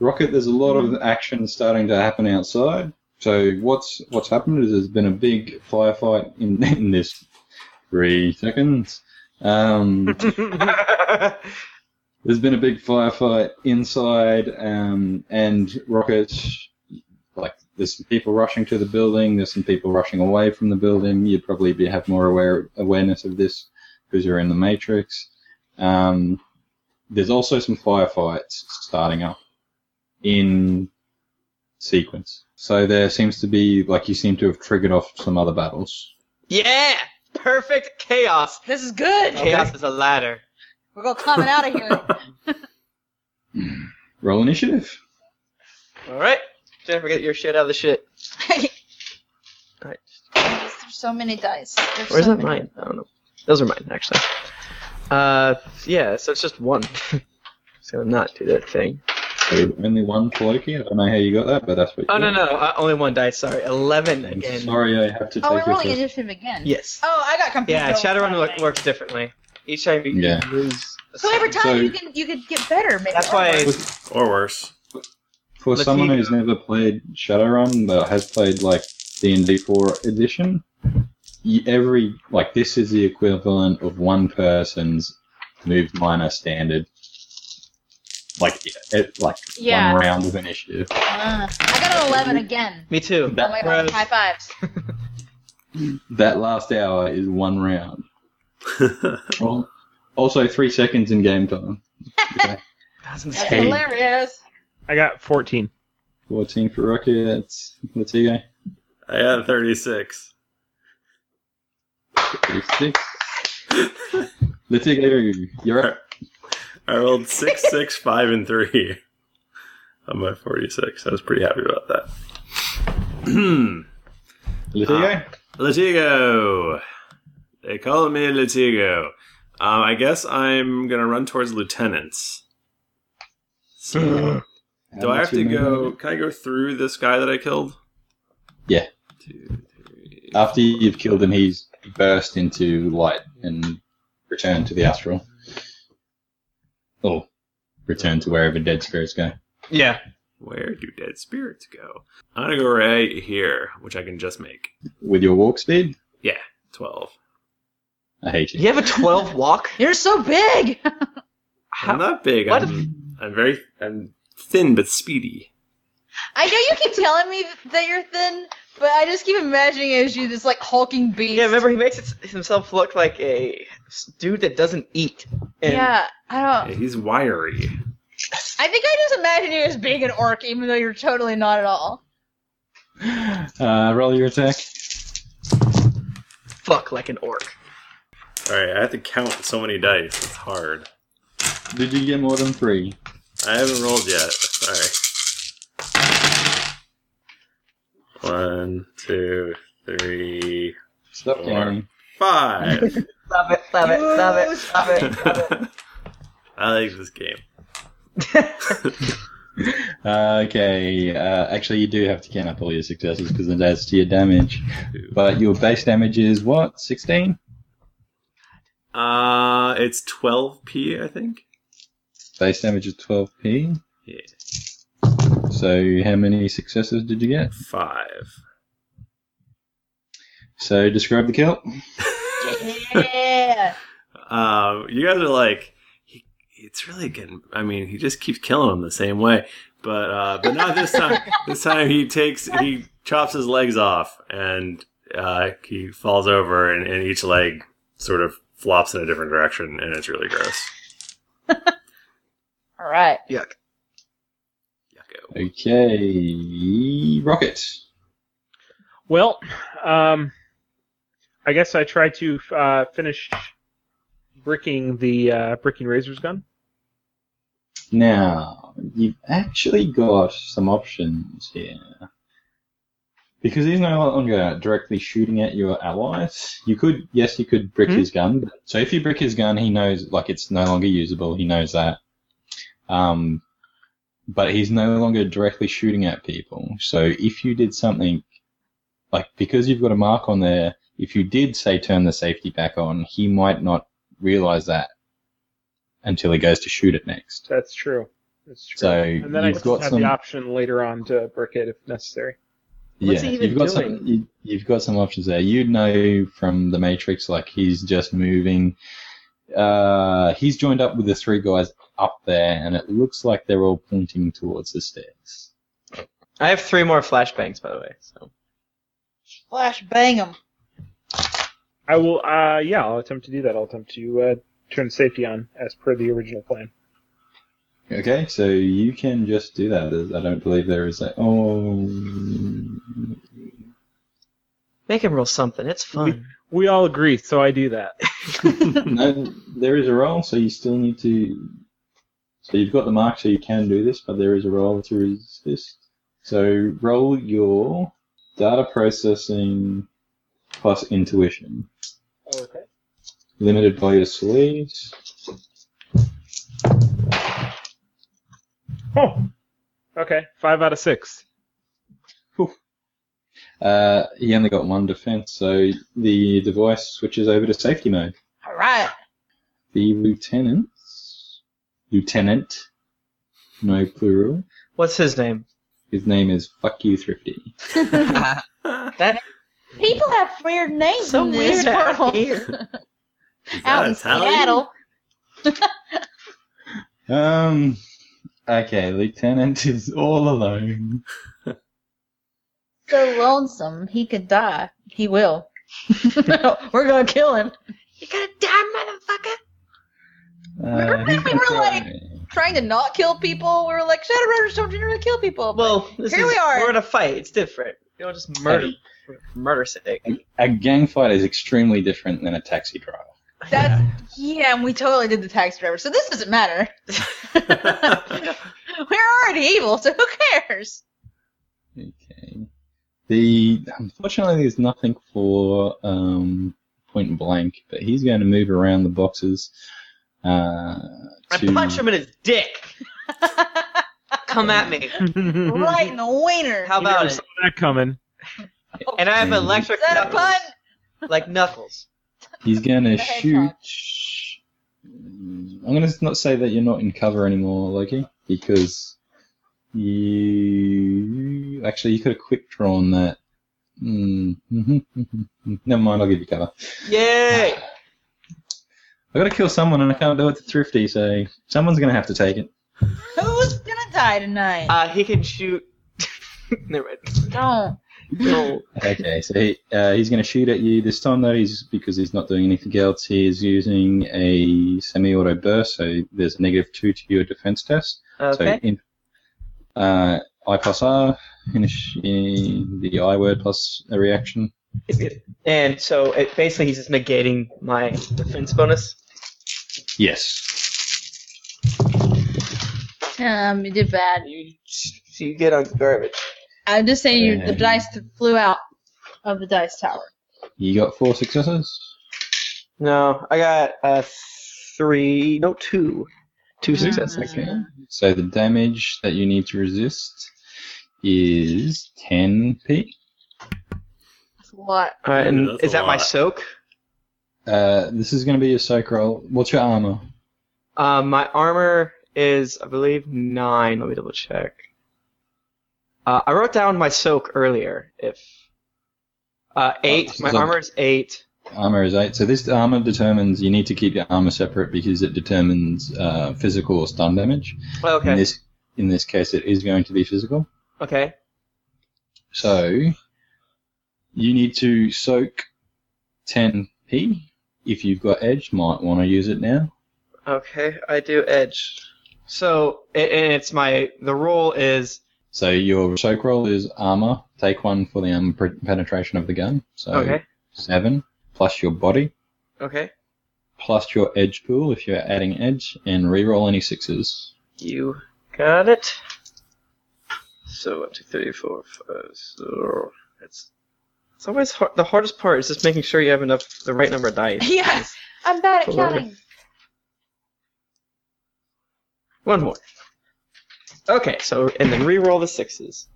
Rocket, there's a lot of action starting to happen outside. So what's what's happened is there's been a big firefight in, in this three seconds. Um, There's been a big firefight inside, um, and rockets. Like, there's some people rushing to the building. There's some people rushing away from the building. You'd probably be, have more aware, awareness of this because you're in the Matrix. Um, there's also some firefights starting up in sequence. So there seems to be like you seem to have triggered off some other battles.
yeah, perfect chaos.
This is good.
Chaos is a ladder.
We're gonna climb it out of here.
Roll initiative.
All right, Jennifer, get your shit out of the shit. Alright.
There's so many dice. There's
Where's
so
that mine? I don't know. Those are mine actually. Uh, yeah. So it's just one. so not do that thing.
So only one Cloaky. I don't know how you got that, but that's what.
Oh
you
no
got.
no, uh, only one dice. Sorry, eleven
I'm
again.
sorry, I have to take
Oh, we're
your
rolling
first-
initiative again.
Yes.
Oh, I got confused.
Yeah,
the whole
Shadowrun
time
work,
thing.
works differently. Each time you
Yeah.
lose. a
So every time
So-
you can you could get better. Maybe
That's
or
why-
worse.
Or worse.
For
Let's
someone
see.
who's never played Shadowrun but has played like D and D four edition, y- every like this is the equivalent of one person's move minor standard. Like it, like
Yeah.
one round of initiative.
Ah, I got an eleven again.
Me too.
Oh my god!
Gross.
High fives.
That last hour is one round. Al- Also, three seconds in game time. Okay.
That's
That's
insane.
hilarious.
I got 14.
Fourteen for Rocky. That's let's see, guy.
I got 36.
Six. Let's see, guy. You're up.
I rolled 6, 6, 5, and 3 on my 46. I was pretty happy about that.
Let's see, guy.
Latigo! They call me Latigo. Um, I guess I'm going to run towards lieutenants. So, do I have to go? Can I go through this guy that I killed?
Yeah.
Two, three.
After you've killed him, he's burst into light and returned to the astral. Or returned to wherever dead spirits go.
Yeah.
Where do dead spirits go? I'm going to go right here, which I can just make
With your walk speed?
12.
I hate you.
You have a twelve walk.
You're so big.
I'm not big.
what
I'm, I'm very I'm thin but speedy.
I know you keep telling me that you're thin, but I just keep imagining it as you this like hulking beast.
Yeah, remember he makes it, himself look like a s- dude that doesn't eat. And
Yeah, I
Yeah,
don't.
he's wiry.
I think I just imagine you as being an orc, even though you're totally not at all.
Uh, roll your attack.
fuck like an orc.
All right, I have to count so many dice. It's hard.
Did you get more than three?
I haven't rolled yet. Sorry. One, two, three,
Stop
Four.
counting.
five.
Love it, love it, love it, love it.
I like this game.
Uh, okay, uh, actually, you do have to count up all your successes because it adds to your damage. But your base damage is what? 16?
Uh, it's 12p, I think.
Base damage is 12p.
Yeah.
So, how many successes did you get?
Five.
So, describe the kill.
Yeah.
Um, you guys are like, he, it's really getting. I mean, he just keeps killing him the same way, but uh, but not this time. this time he takes he chops his legs off and uh, he falls over, and, and each leg sort of flops in a different direction, and it's really gross.
all right.
Yuck.
Yucko.
Okay, rocket.
Well, um, I guess I try to uh, finish bricking the uh, bricking razor's gun.
Now, you've actually got some options here. Because he's no longer directly shooting at your allies, you could, yes, you could brick
Hmm?
his gun. But, so if you brick his gun, he knows, like, it's no longer usable, he knows that. Um, but he's no longer directly shooting at people. So if you did something, like, because you've got a mark on there, if you did, say, turn the safety back on, he might not realize that until he goes to shoot it next.
That's true. That's true.
So
and then I
you've
just
got
have
some-
the option later on to brick it if necessary.
What's
yeah,
he even
you've got
doing?
some. You, you've got some options there. You'd know from the Matrix, like he's just moving. Uh, he's joined up with the three guys up there, and it looks like they're all pointing towards the stairs.
I have three more flashbangs, by the way. So
Flash bang him.
I will. Uh, yeah, I'll attempt to do that. I'll attempt to uh, turn safety on as per the original plan.
Okay, so you can just do that. There's- I don't believe there is a. Oh,
make him roll something. It's fun.
We all agree, so I do that.
no, there is a roll, so you still need to. So you've got the mark, so you can do this, but there is a roll to resist. So roll your data processing plus intuition,
Okay.
limited by your sleeves.
Oh. Okay. Five out of six.
Uh, he only got one defense, so the device switches over to safety mode.
All right.
The lieutenants, lieutenant, no plural.
What's his name?
His name is Fuck You Thrifty.
People have weird names
So
in this
weird out
world.
here.
Is that
Out in
Italian?
Seattle.
Um, okay, lieutenant is all alone.
So lonesome, he could die. He will. We're gonna kill him. You gotta die, motherfucker.
Uh, he's
We were
gonna
like-
try-
Trying to not kill people, we were like, Shadowrunners don't generally kill people. But
Well, this
Here
is,
we are.
We're in a fight. It's different. You don't just murder for murder's sake.
a gang fight is extremely different than a taxi driver.
that's yeah, and we totally did the tax driver, so this doesn't matter. We're already evil, so who cares?
Okay. The unfortunately, there's nothing for um, point blank, but he's going to move around the boxes. Uh,
I
to-
punch him in his dick. Come at me.
right in the wiener.
Mm-hmm. How about it?
saw that coming.
And I have
Is
electric
Is that a
knuckles,
pun?
like knuckles.
He's going to
The hedgehog.
shoot. Mm, I'm going to not say that you're not in cover anymore, Loki, because you actually you could have quick drawn that. Mm, Never mind, I'll give you cover.
Yay!
I got to kill someone, and I can't do it to Thrifty, so someone's going to have to take it.
Who's gonna die tonight?
Uh, he can shoot. Never mind.
don't.
No.
Okay, so he, uh, he's going to shoot at you this time, though. He's because he's not doing anything else. He is using a semi-auto burst, so there's a negative two to your defense test.
Okay.
So in, uh, I plus R, in, in the I word plus a reaction.
And so it basically he's just negating my defense bonus.
Yes.
Um, you did bad.
You so you get on garbage.
I'm just saying you, the
Um,
dice th- flew out of the dice tower.
You got four successes.
No, I got uh three, no two, two successes.
Okay. So the damage that you need to resist is 10p.
That's a lot.
All right, and
That's
is
a
that my
lot.
soak?
Uh, this is going to be your soak roll. What's your armor?
Uh, my armor is, I believe, nine. Let me double check. Uh, I wrote down my soak earlier. If uh, eight, my
so-
armor is eight.
Armor is eight. So this armor determines you need to keep your armor separate because it determines uh, physical or stun damage. In
Oh, Okay.
this in this case, it is going to be physical.
Okay.
So you need to soak 10p. If you've got edge, might want to use it now.
Okay. I do edge. So it, and it's my the roll is
So your soak roll is armor. Take one for the armor pre- penetration of the gun. So
okay.
seven plus your body
Okay.
plus your edge pool if you're adding edge, and re-roll any sixes.
You got it. So one, two, three, four, five. So it's it's always hard. The hardest part is just making sure you have enough the right number of dice.
Yes, I'm bad at
Four.
counting.
One more. Okay, so and then re-roll the sixes.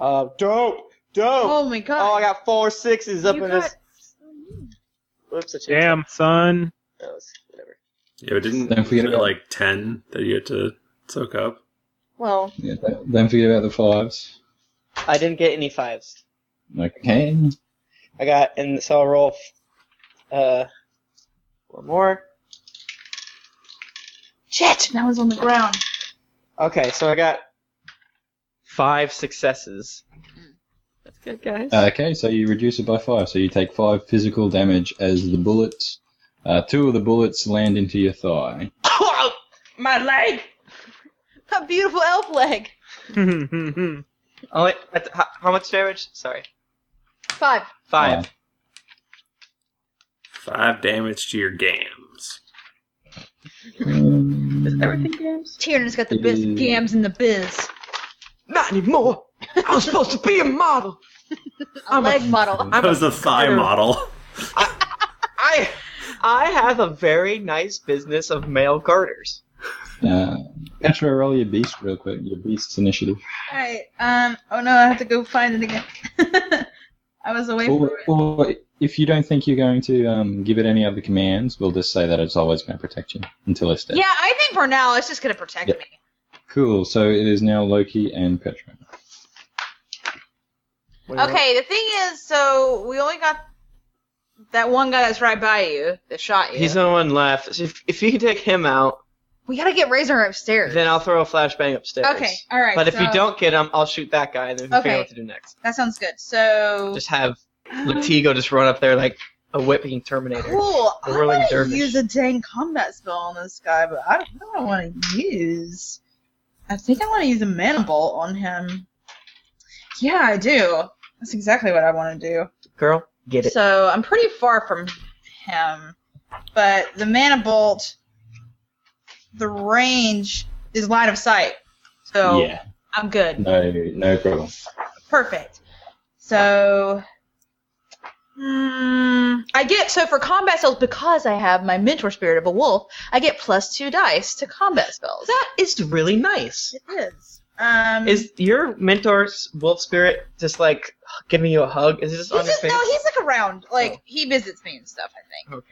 Uh, dope, dope.
Oh my
Oh, I
god.
got four sixes up
You
in
got-
this. Whoops, I changed
Damn, son.
that was- Whatever.
Yeah, but didn't
Don't forget
isn't it
about-
like ten that you get to soak up.
Well,
Yeah, don't- don't forget about the fives.
I didn't get any fives.
Okay.
I got, and so I'll roll uh, one more.
shit. That was on the ground.
Okay, so I got five successes. That's good, guys.
Uh, Okay, so you reduce it by five. So you take five physical damage as the bullets. Uh, two of the bullets land into your thigh.
My leg. My beautiful elf leg.
oh, wait, that's, how, how much damage? Sorry,
Five.
five.
Five damage to your gams.
Um,
games?
Tiernan's got the best
Mm.
gams in the biz.
Not anymore. I was supposed to be a model.
A
I'm a-
leg model.
I'm
That was the thigh
fighter.
model.
I I have a very nice business of male garters.
Uh, Petra, roll your beast real quick. Your beast's initiative.
Alright, um, oh no, I have to go find it again. I was away from
Or,
it.
or if you don't think you're going to um, give it any other commands, we'll just say that it's always going to protect you until it's dead.
Yeah, I think for now it's just gonna protect
Yeah.
me.
Cool. So it is now Loki and Petra.
What do you
Okay, the thing is, so we only got that one guy that's right by you that shot
want?
you.
He's the one left. So if, if you can take him out,
we gotta get Razor upstairs.
then I'll throw a flashbang upstairs.
okay, alright.
But if you
so-
don't get him, I'll shoot that guy, and then we can figure out
Okay.
what to do next.
that sounds good. So
Just have Latigo just run up there like a whipping Terminator.
cool.
The
I
whirling
want to
dervish.
use a dang combat spell on this guy, but I don't know what I want to use. I think I want to use a mana bolt on him. Yeah, I do. That's exactly what I want to do.
Girl, get it.
So I'm pretty far from him, but the mana bolt, the range is line of sight, so
Yeah.
I'm good.
No, no problem.
Perfect. So, hmm, I get so for combat spells because I have my mentor spirit of a wolf, I get plus two dice to combat spells.
That is really nice.
It is. Um,
Is your mentor's wolf spirit just like giving you a hug? Is it just
he's
on your
just,
face?
no, he's like around, like
Oh.
he visits me and stuff. I think.
Okay.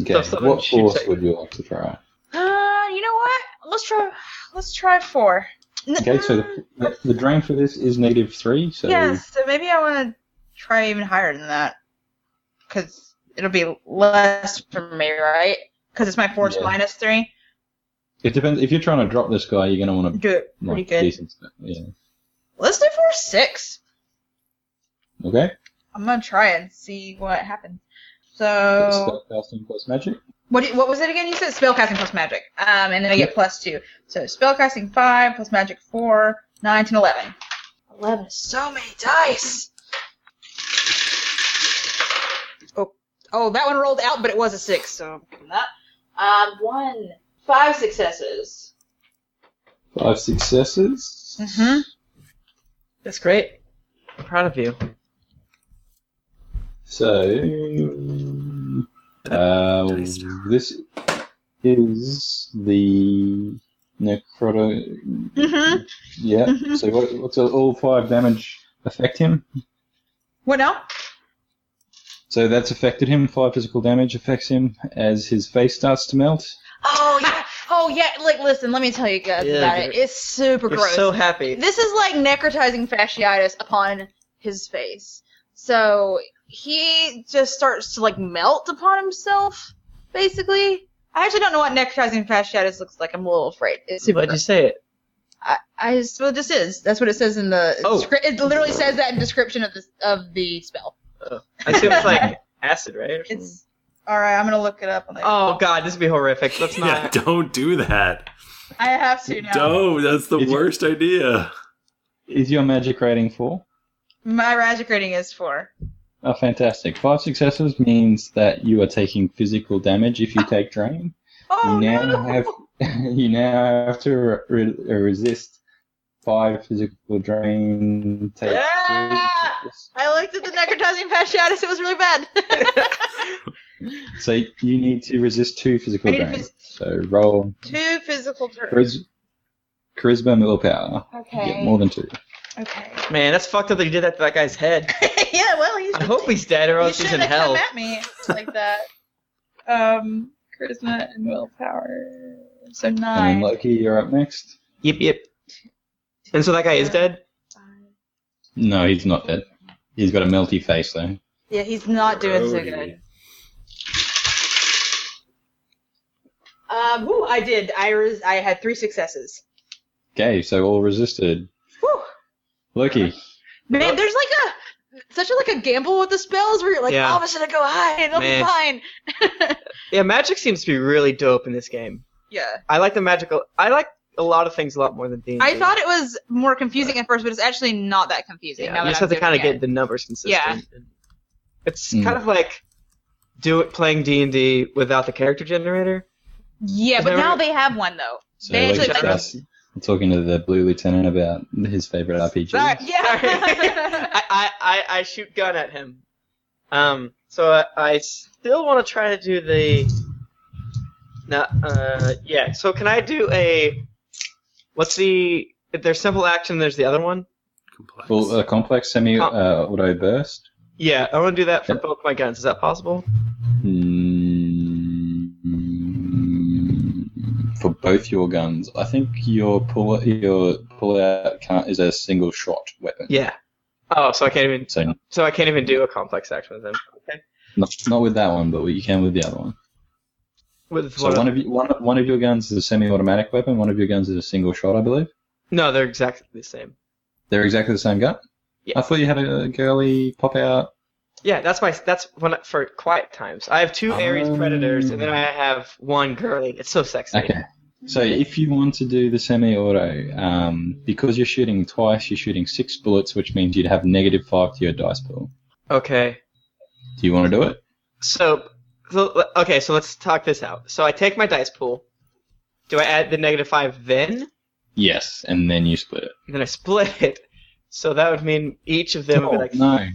Okay.
So if someone
what
shoots
force
at you-
would you like to try?
Uh, you know what? Let's try. Let's try four. N-
Okay, so
mm,
the, the, the drain for this is negative three. So
Yeah, so maybe I want to try even higher than that. Because it'll be less for me, right? Because it's my force
Yeah.
minus three.
it depends. If you're trying to drop this guy, you're going to want to
Do it pretty
like,
good.
decent stuff. Yeah.
Let's do force six.
Okay.
I'm going to try and see what happens.
That's
So,
Spellcasting plus magic.
what, do- what was it again? You said spellcasting plus magic. Um, and then I get plus two. So, spellcasting five plus magic four, nine, ten, eleven. Eleven is so many dice! Oh, oh, that one rolled out, but it was a six, so I'm not. Um, one, five successes.
Five successes.
Mm-hmm.
That's great. I'm proud of you.
So, uh, this is the necroto.
Mm-hmm.
Yeah.
Mhm.
So what, what's all five damage affect him?
What now?
So that's affected him. Five physical damage affects him as his face starts to melt.
Oh yeah. Oh yeah. Like, listen. Let me tell you guys
Yeah,
about
you're-
it. It's super
You're
gross.
so happy.
This is like necrotizing fasciitis upon his face. So he just starts to like melt upon himself, basically. I actually don't know what necrotizing fasciitis looks like. I'm a little afraid. It's super.
Why'd you say it?
I, I just well, this is. That's what it says in the.
Oh.
Descri- it literally says that in description of the of the spell.
I assume it's like acid, right? or something?
It's all right. I'm gonna look it up.
Oh god, this would be horrific. Let's
yeah,
not.
don't do that.
I have to now.
Don't. That's the
If you-
worst idea.
Is your magic rating four?
My magic rating is four.
Oh, fantastic. Five successes means that you are taking physical damage if you take drain.
Oh
you now
no!
have you now have to re- re- uh, resist five physical drain. Take
Ah!
three-
I looked at the necrotizing fasciitis. It was really bad.
So you need to resist two physical
I need to
drain.
res-
so roll
Two physical turns.
charis- charisma and willpower. You get more than two.
Okay.
Man, that's fucked up that you did that to that guy's head.
yeah. Well, he's.
I hope he's dead or
You
else he's in
shouldn't have
hell.
come at me like that. Um, charisma and willpower. So
And then
nine.
Loki, you're up next.
Yep, yep. And so that guy is dead?
No, he's not dead. He's got a melty face though.
Yeah, he's not doing so
Brody.
good. Um, woo, I did. I res- I had three successes.
Okay, so all resisted.
Whew.
Loki.
Man, there's like a such a, like a gamble with the spells where you're like,
Yeah.
oh, I'm just gonna go high and I'll
Man.
be fine.
Yeah, magic seems to be really dope in this game.
yeah.
I like the magical. I like a lot of things a lot more than D.
I thought it was more confusing at first, but it's actually not that confusing.
Yeah,
now
you
that
just
I'm
have to kind of
doing it.
get the numbers consistent. Yeah. It's
Mm.
kind of like do it playing D and D without the character generator,
Yeah, but
Never-
now they have one though.
So
They
like
actually
make-
us talking to the blue lieutenant about his favorite RPG.
Sorry.
Yeah.
I, I, I, I shoot gun at him. Um, so I, I still want to try to do the. Now, uh, yeah. So can I do a? What's the? If there's simple action, there's the other one.
Complex.
Well, uh, a complex semi-auto burst.
Yeah, I want to do that for
Yep.
both my guns. Is that possible?
Mm, Hmm. For both your guns, I think your pull your pull out count is a single shot weapon.
Yeah. Oh, so I can't even.
So
So I can't even do a complex action with him. Okay.
not, not with that one, but you can with the other one.
With
So
what-
one of you, one one of your guns is a semi-automatic weapon. One of your guns is a single shot, I believe.
No, they're exactly the same.
They're exactly the same gun.
Yeah.
I thought you had a girly pop out.
Yeah, that's my that's when I- for quiet times. I have two Aries predators, and then I have one girly. It's so sexy.
Okay. So if you want to do the semi-auto, um, because you're shooting twice, you're shooting six bullets, which means you'd have negative five to your dice pool.
Okay.
Do you want to do it?
So, so okay. So let's talk this out. So I take my dice pool. Do I add the negative five then?
Yes, and then you split it.
And then I split it. So that would mean each of them would be like.
Oh, no,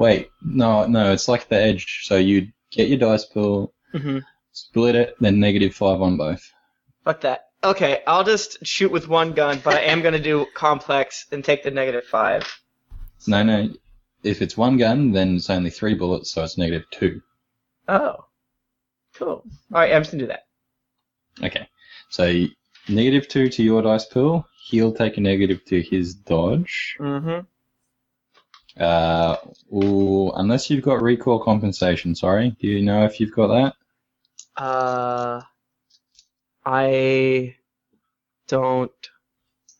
wait, no, no. It's like the edge. So you get your dice pool,
Mhm.
split it, then negative five on both.
Fuck that. Okay, I'll just shoot with one gun, but I am gonna do complex and take the negative five.
No, no. If it's one gun, then it's only three bullets, so it's negative two.
Oh, cool. All right, I'm just gonna do that.
Okay. So you- negative two to your dice pool. He'll take a negative to his dodge.
Mm-hmm.
Uh, ooh, unless you've got recoil compensation. Sorry. Do you know if you've got that?
Uh, I don't.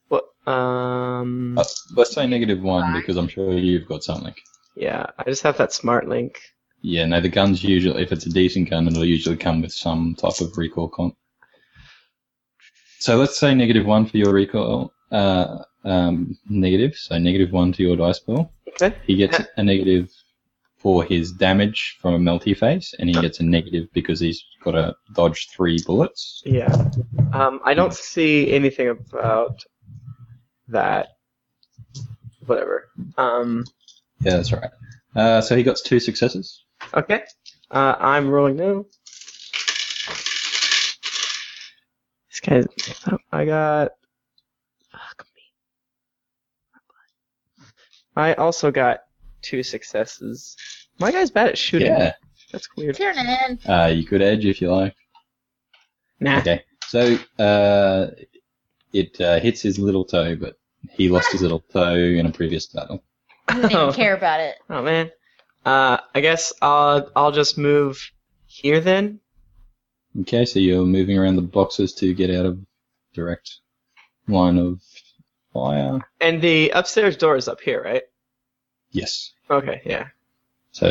What? Um.
Uh, let's say negative one because I'm sure you've got something.
Yeah, I just have that smart link.
Yeah. No, the guns usually, if it's a decent gun, it'll usually come with some type of recoil comp. So let's say negative one for your recoil. Uh, um, negative. So negative one to your dice pool.
Okay.
He gets a negative for his damage from a melty face, and he gets a negative because he's got to dodge three bullets.
Yeah. Um, I don't see anything about that. Whatever. Um,
Yeah, that's right. Uh, so he got two successes.
okay. Uh, I'm rolling now. This guy. I got. Fuck me. I also got two successes. My guy's bad at shooting.
Yeah.
That's weird.
Turn in.
Uh, you could edge if you like.
Nah.
Okay. So uh, it uh, hits his little toe, but he lost his little toe in a previous battle.
Oh.
Didn't care about it.
Oh man. Uh, I guess I'll I'll just move here then.
Okay, so you're moving around the boxes to get out of direct line of fire.
And the upstairs door is up here, right?
Yes.
Okay, yeah.
So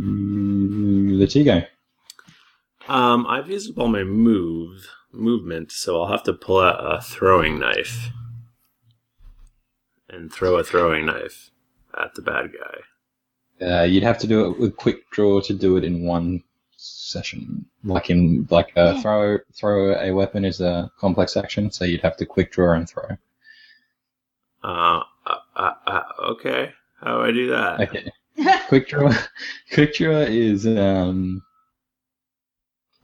the Tigo.
Um, I've used up all my move movement, so I'll have to pull out a throwing knife and throw a throwing knife at the bad guy.
Uh, you'd have to do it with quick draw to do it in one session. Like in like uh,
Yeah.
throw throw a weapon is a complex action, so you'd have to quick draw and throw.
Uh, uh, uh, uh okay. How do I do that?
Okay, quick draw. quick draw is um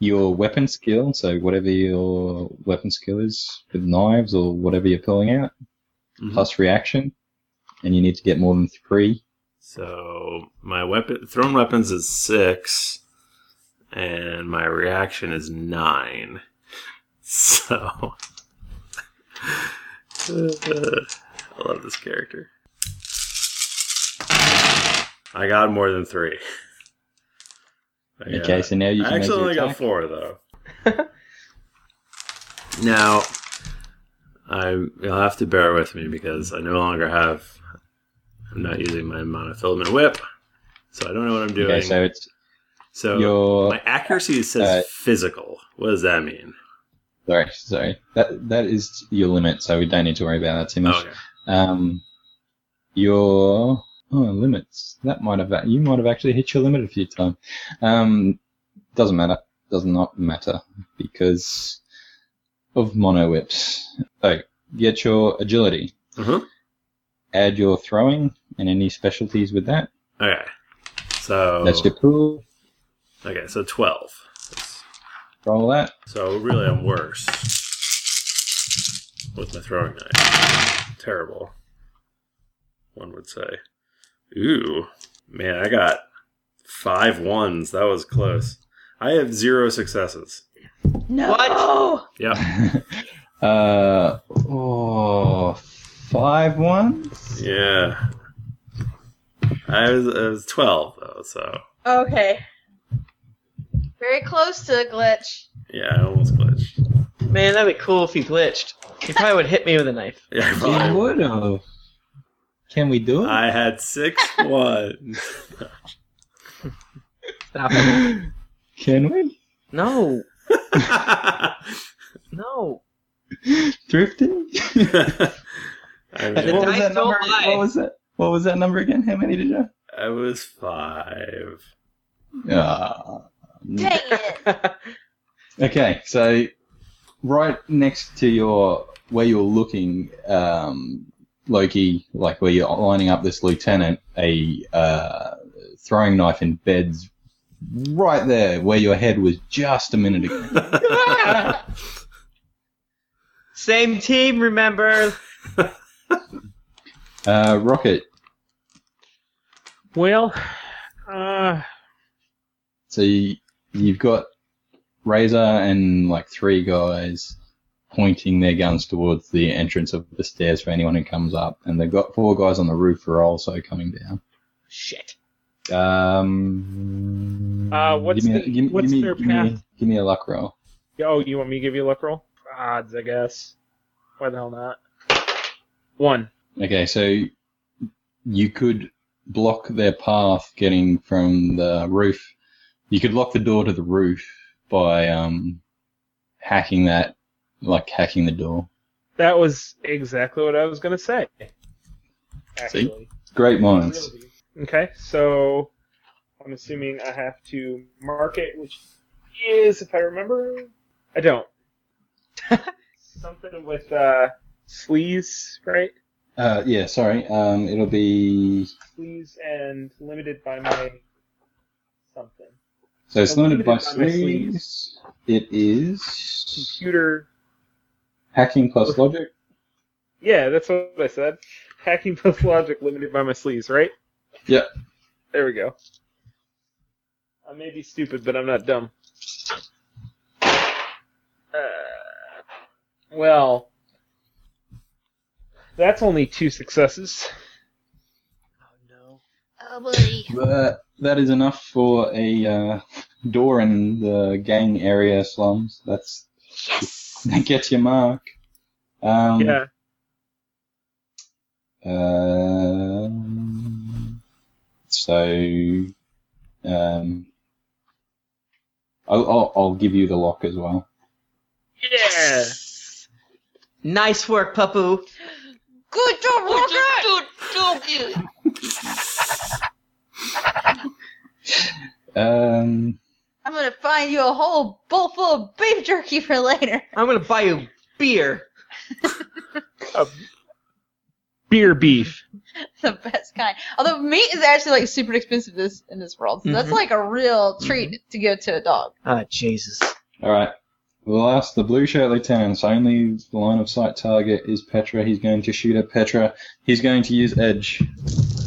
your weapon skill. So whatever your weapon skill is with knives or whatever you're pulling out,
Mhm.
plus reaction, and you need to get more than three.
So my weapon, thrown weapons is six, and my reaction is nine. So I love this character. I got more than three. I got-
Okay, so now you can
I actually only
make your
got
attack.
four though. now, I you'll have to bear with me because I no longer have. I'm not using my monofilament whip, so I don't know what I'm doing.
Okay, so it's
so
your
my accuracy says
uh,
physical. What does that mean?
Sorry, sorry. That that is your limit, so we don't need to worry about that too much.
okay.
Um, your oh limits. That might have you might have actually hit your limit a few times. Um, doesn't matter. does not matter because of mono whips. So get your agility.
Mhm.
Add your throwing and any specialties with that.
Okay. So
That's your pool.
okay, so twelve.
Roll that.
So really, I'm worse with my throwing knife. Terrible. One would say. Ooh, man, I got five ones. That was close. I have zero successes.
No.
What?
Yeah,
uh, oh, five ones.
yeah. I was, I was twelve though, so
Okay. Very close to a glitch.
yeah, I almost glitched.
Man, that'd be cool if you glitched. You probably would hit me with a knife.
Yeah, I
You
probably-
would have. Can we do it?
I had six ones.
Stop it.
Can we?
No, no.
Drifting?
I
The
mean,
what, was
dice don't
that number?
lie.
what was that? What was that number again? How many did you?
I was five.
Ah.
Dang it.
Okay, so right next to your where you're looking, um, Loki, like where you're lining up this lieutenant, a uh, throwing knife embeds right there where your head was just a minute ago.
Same team, remember?
Uh, Rocket,
Well, uh,
so you, you've got Razor and like three guys pointing their guns towards the entrance of the stairs for anyone who comes up, and they've got four guys on the roof who are also coming down.
Shit.
Um,
Uh, what's
give me, a-
the-
give me-
what's
give me-
their
give me a-
path?
give me a luck roll.
oh, you want me to give you a luck roll? Odds, I guess. Why the hell not? One.
Okay, so you could block their path getting from the roof. You could lock the door to the roof by um, hacking that, like hacking the door.
That was exactly what I was gonna say. Actually.
Great minds.
Okay, so I'm assuming I have to mark it, which is, if I remember, I don't. Something with uh, sleaze, right?
Uh, yeah, sorry. Um, it'll be
Sleaze and limited by my something.
so it's
I'm
limited by
limited by my
sleeves. It is
Computer.
hacking plus logic.
Yeah, that's what I said. Hacking plus logic, limited by my sleaze, right?
Yep.
There we go. I may be stupid, but I'm not dumb. Uh, well, that's only two successes.
Oh, buddy.
But Uh, that is enough for a uh, door in the gang area slums. That's
Yes.
that gets your mark. Um,
Yeah.
um, uh, so, um, I'll, I'll I'll give you the lock as well.
Yeah.
Nice work, Papu.
Good job, Rocket.
Um,
I'm gonna find you a whole bowl full of beef jerky for later.
I'm gonna buy you beer.
Beer beef.
the best kind. Although meat is actually like super expensive this in this world, so that's
Mhm.
like a real treat
Mm-hmm.
to give to a dog.
Ah, Jesus.
all right. We'll ask the blue shirt lieutenant's only line of sight target is Petra. He's going to shoot at Petra. He's going to use edge.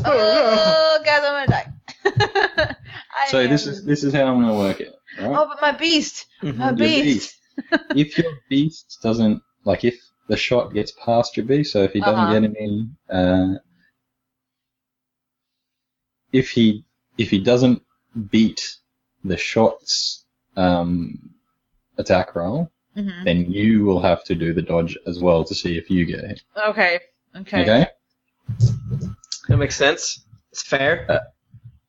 Oh, guys, I'm gonna die. I
So this
am-
is this is how I'm going to work it. all right?
Oh, but my beast, my
Your
beast.
beast. if your beast doesn't like if the shot gets past your beast, so if he doesn't
Uh-huh.
get any uh, if he if he doesn't beat the shot's um, attack roll,
Mhm.
then you will have to do the dodge as well to see if you get hit.
Okay, okay.
Okay?
That makes sense. It's fair.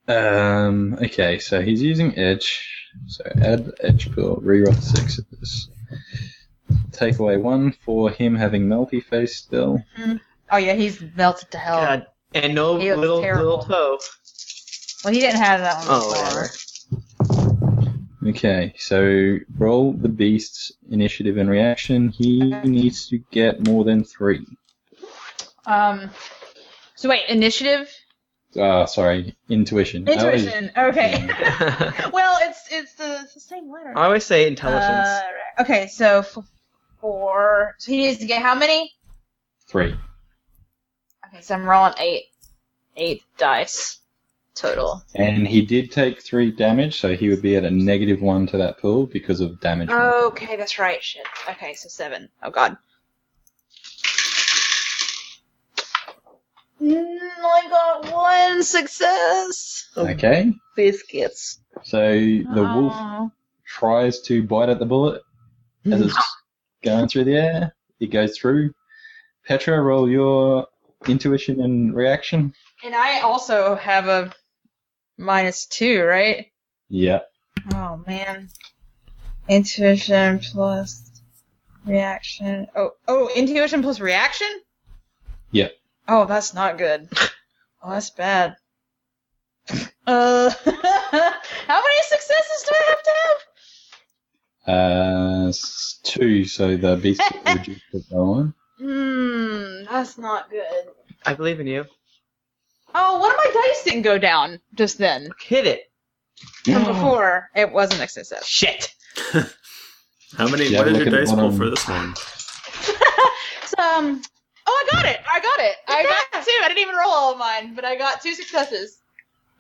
Um okay, so he's using edge. So add edge pool, reroll six of this. Take away one for him having melty face still.
Oh yeah, he's melted to hell.
God. And no
He looks
little
Oh. terrible.
little toe.
Well, he didn't have that one.
Oh,
before.
whatever.
Uh, Okay, so roll the beast's initiative and reaction. He needs to get more than three.
Um. So wait, initiative,
Ah, sorry, intuition. Oh, I always-
intuition. Okay.
I
well, it's it's the, it's the same letter.
always say intelligence.
Uh, right. okay, so f- four. So he needs to get how many?
Three.
Okay, so I'm rolling eight, eight dice total.
And he did take three damage, so he would be at a negative one to that pool because of damage.
Okay, that's right. Shit. Okay, so seven. Oh god. Mm, I got one success.
Okay,
Biscuits.
so the wolf
Oh.
tries to bite at the bullet as it's going through the air. It goes through. Petra, roll your intuition and reaction.
And I also have a minus two, right?
Yeah.
Oh man. Intuition plus reaction. Oh, oh, intuition plus reaction?
Yeah.
Oh, that's not good. Oh, that's bad. Uh, how many successes do I have to have?
Uh, s- two, so the beast reduced to one.
Hmm, that's not good.
I believe in you.
Oh, one of my dice didn't go down just then.
Hit it.
From before, it wasn't a success.
Shit.
How many?
Yeah,
what is
look
your
at
dice
one
pool
on-
for this one?
So, um, oh, I got it! I got it! I got two. I didn't even roll all of mine, but I got two successes.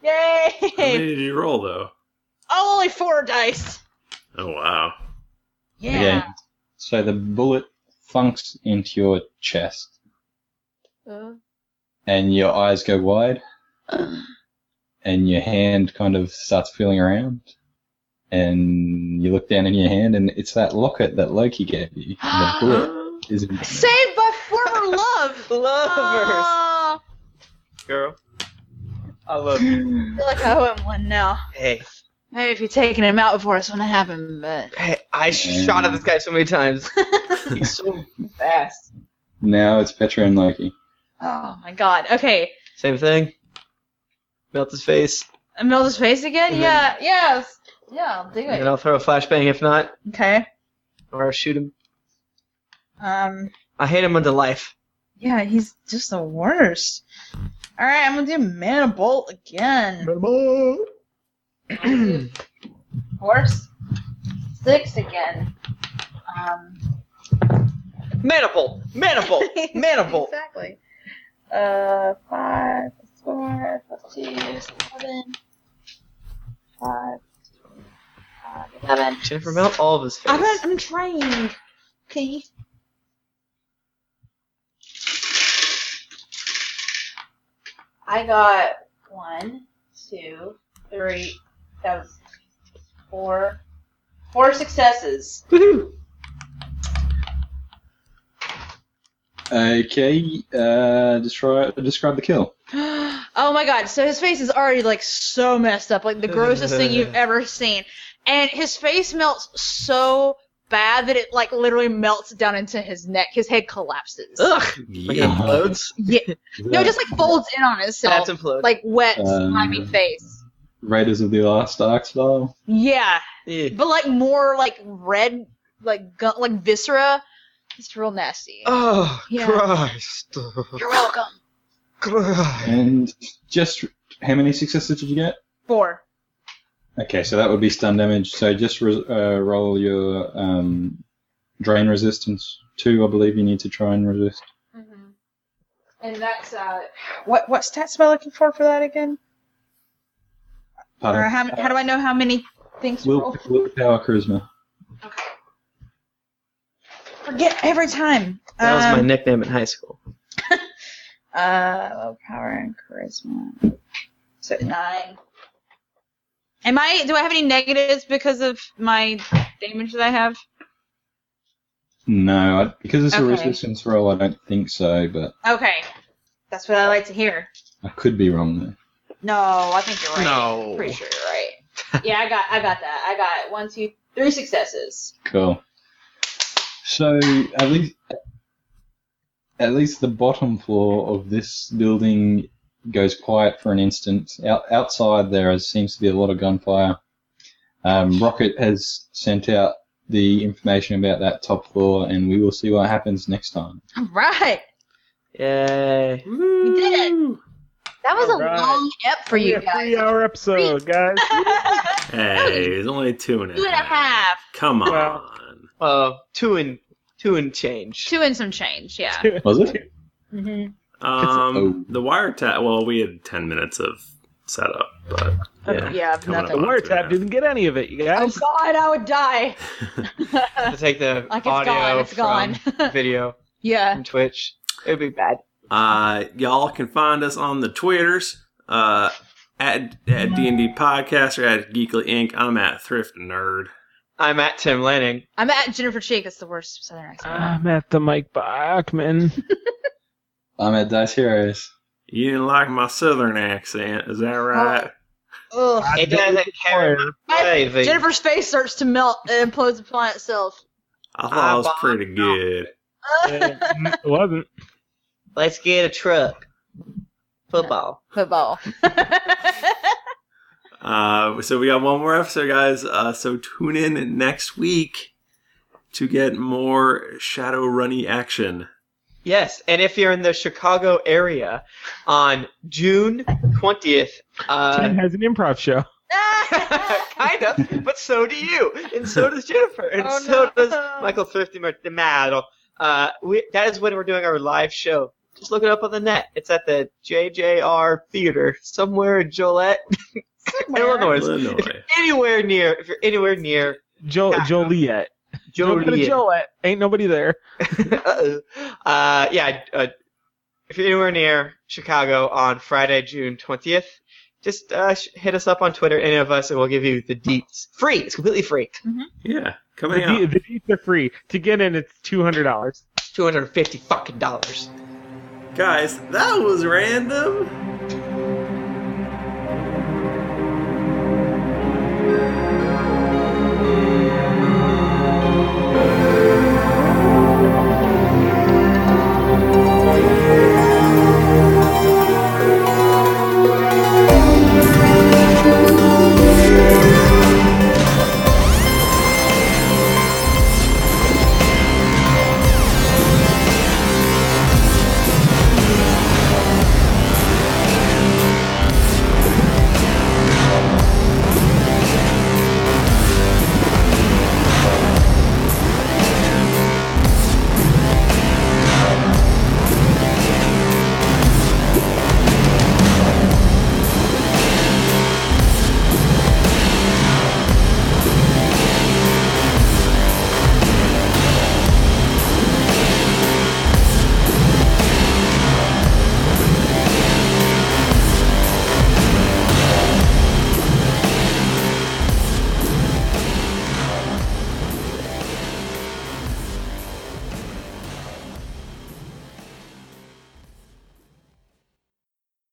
How many
Yay!
did you roll though?
Oh, only four dice.
Oh wow.
Yeah.
Okay. So the bullet thunks into your chest,
Uh.
and your eyes go wide, and your hand kind of starts feeling around, and you look down in your hand, and it's that locket that Loki gave you. The bullet is in
Saved by former love. Ah.
Lovers.
Aw,
Girl. I love you.
I feel like I owe him one now.
Hey.
Maybe if you're taking him out before it's gonna happen, but
Hey, I shot at this guy so many times. He's so fast.
Now it's Petra and Loki.
oh my god. Okay,
Same thing. Melt his face,
Amelda's face again.
And
yeah. Yes. Mm-hmm. Yeah. I'll do
and
it.
then I'll throw a flashbang if not,
Okay.
or shoot him.
Um.
I hate him unto life.
Yeah, he's just the worst. All right, I'm gonna do mana bolt again. Horse. Six again. Um,
Maniple! Maniple! Maniple!
Exactly. Uh, five plus four plus two is eleven. Five. five, Eleven.
Jennifer, melt all of his face.
I'm not, I'm trying. Okay. I got one, two, three. That was four. Four successes.
Woohoo!
Okay, uh, describe describe the kill.
oh my god, so his face is already like so messed up, like the grossest thing you've ever seen. And his face melts so bad that it like literally melts down into his neck. His head collapses.
Ugh! Like it
Yeah.
implodes?
Yeah. No, just like folds in on itself.
That's implode.
Like
Uh,
wet,
Um,
slimy face.
Raiders of the Lost Ark style.
Yeah.
Yeah.
But like more like red like gu- like viscera. It's real nasty.
Oh,
Yeah.
Christ.
You're welcome.
Christ.
And just how many successes did you get?
Four.
Okay, so that would be stun damage. So just re- uh, roll your um, drain resistance two. I believe you need to try and resist.
Mm-hmm. And that's uh what what stats am I looking for for that again?
Pardon.
Or how, how do I know how many things to
Will,
roll?
willpower charisma.
Okay. Forget every time.
That was my
Um,
nickname in high school.
Uh, willpower and charisma. So nine. Am I? Do I have any negatives because of my damage that I have?
No, I, because it's a
Okay.
resistance roll, I don't think so, but
Okay, that's what I like to hear.
I could be wrong there.
No, I think you're right.
No.
Pretty sure you're right. yeah, I got, I got that. I got one, two, three successes.
Cool. So at least at least the bottom floor of this building goes quiet for an instant. Out, outside there seems to be a lot of gunfire. Um, Rocket has sent out the information about that top floor, and we will see what happens next time.
All right.
Yay.
We
did it. That was
All
a
right.
long ep for you
Only a
guys.
three-hour episode, guys.
Hey, it's only two and a half.
Two and a half.
Come on.
Well-
Uh, two and two and change.
Two and some change, yeah.
Was it?
Mm-hmm.
Um,
Oh.
the wiretap. Well, we had ten minutes of setup, but yeah.
Yeah,
Coming
The
nothing.
up.
wiretap didn't get any of it, you
Oh
guys.
god, I would die.
To take the
Like it's
audio
gone, it's
from
gone.
video
yeah.
from Twitch. It would be bad.
Uh, y'all can find us on the Twitters uh, at at D and D podcast or at Geekly Inc. I'm at Thrift Nerd.
I'm at Tim Lanning.
I'm at Jennifer Cheek. It's the worst Southern accent.
I'm at the Mike Bachman.
I'm at Dice Heroes.
You didn't like my Southern accent, is that
Oh,
right?
Ugh.
I
It
don't
doesn't care.
care.
Baby.
Jennifer's face starts to melt and implodes upon itself.
I thought it was
I-
pretty good.
Yeah, it wasn't.
Let's get a truck. Football.
Football.
Uh, so we got one more episode, guys. Uh, so tune in next week to get more Shadow Runny action.
Yes, and if you're in the Chicago area on June 20th, uh,
Tim has an improv show.
kind of, but so do you, and so does Jennifer, and
Oh,
so
no.
does Michael Thrifty Mer- the Madel. Uh, we, that is when we're doing our live show. Just look it up on the net. It's at the JJR Theater somewhere in Joliet, Illinois.
Illinois.
Anywhere near, if you're anywhere near
Jo- Joliet. Go to
Joliet.
Joliet. Ain't nobody there.
Uh-oh. uh, yeah, uh, if you're anywhere near Chicago on Friday, June 20th, just uh, sh- hit us up on Twitter, any of us, and we'll give you the deets. Free! It's completely free.
Yeah,
The,
coming out.
de- the deets are free. To get in, it's two hundred dollars.
$250 fucking dollars.
Guys, that was random.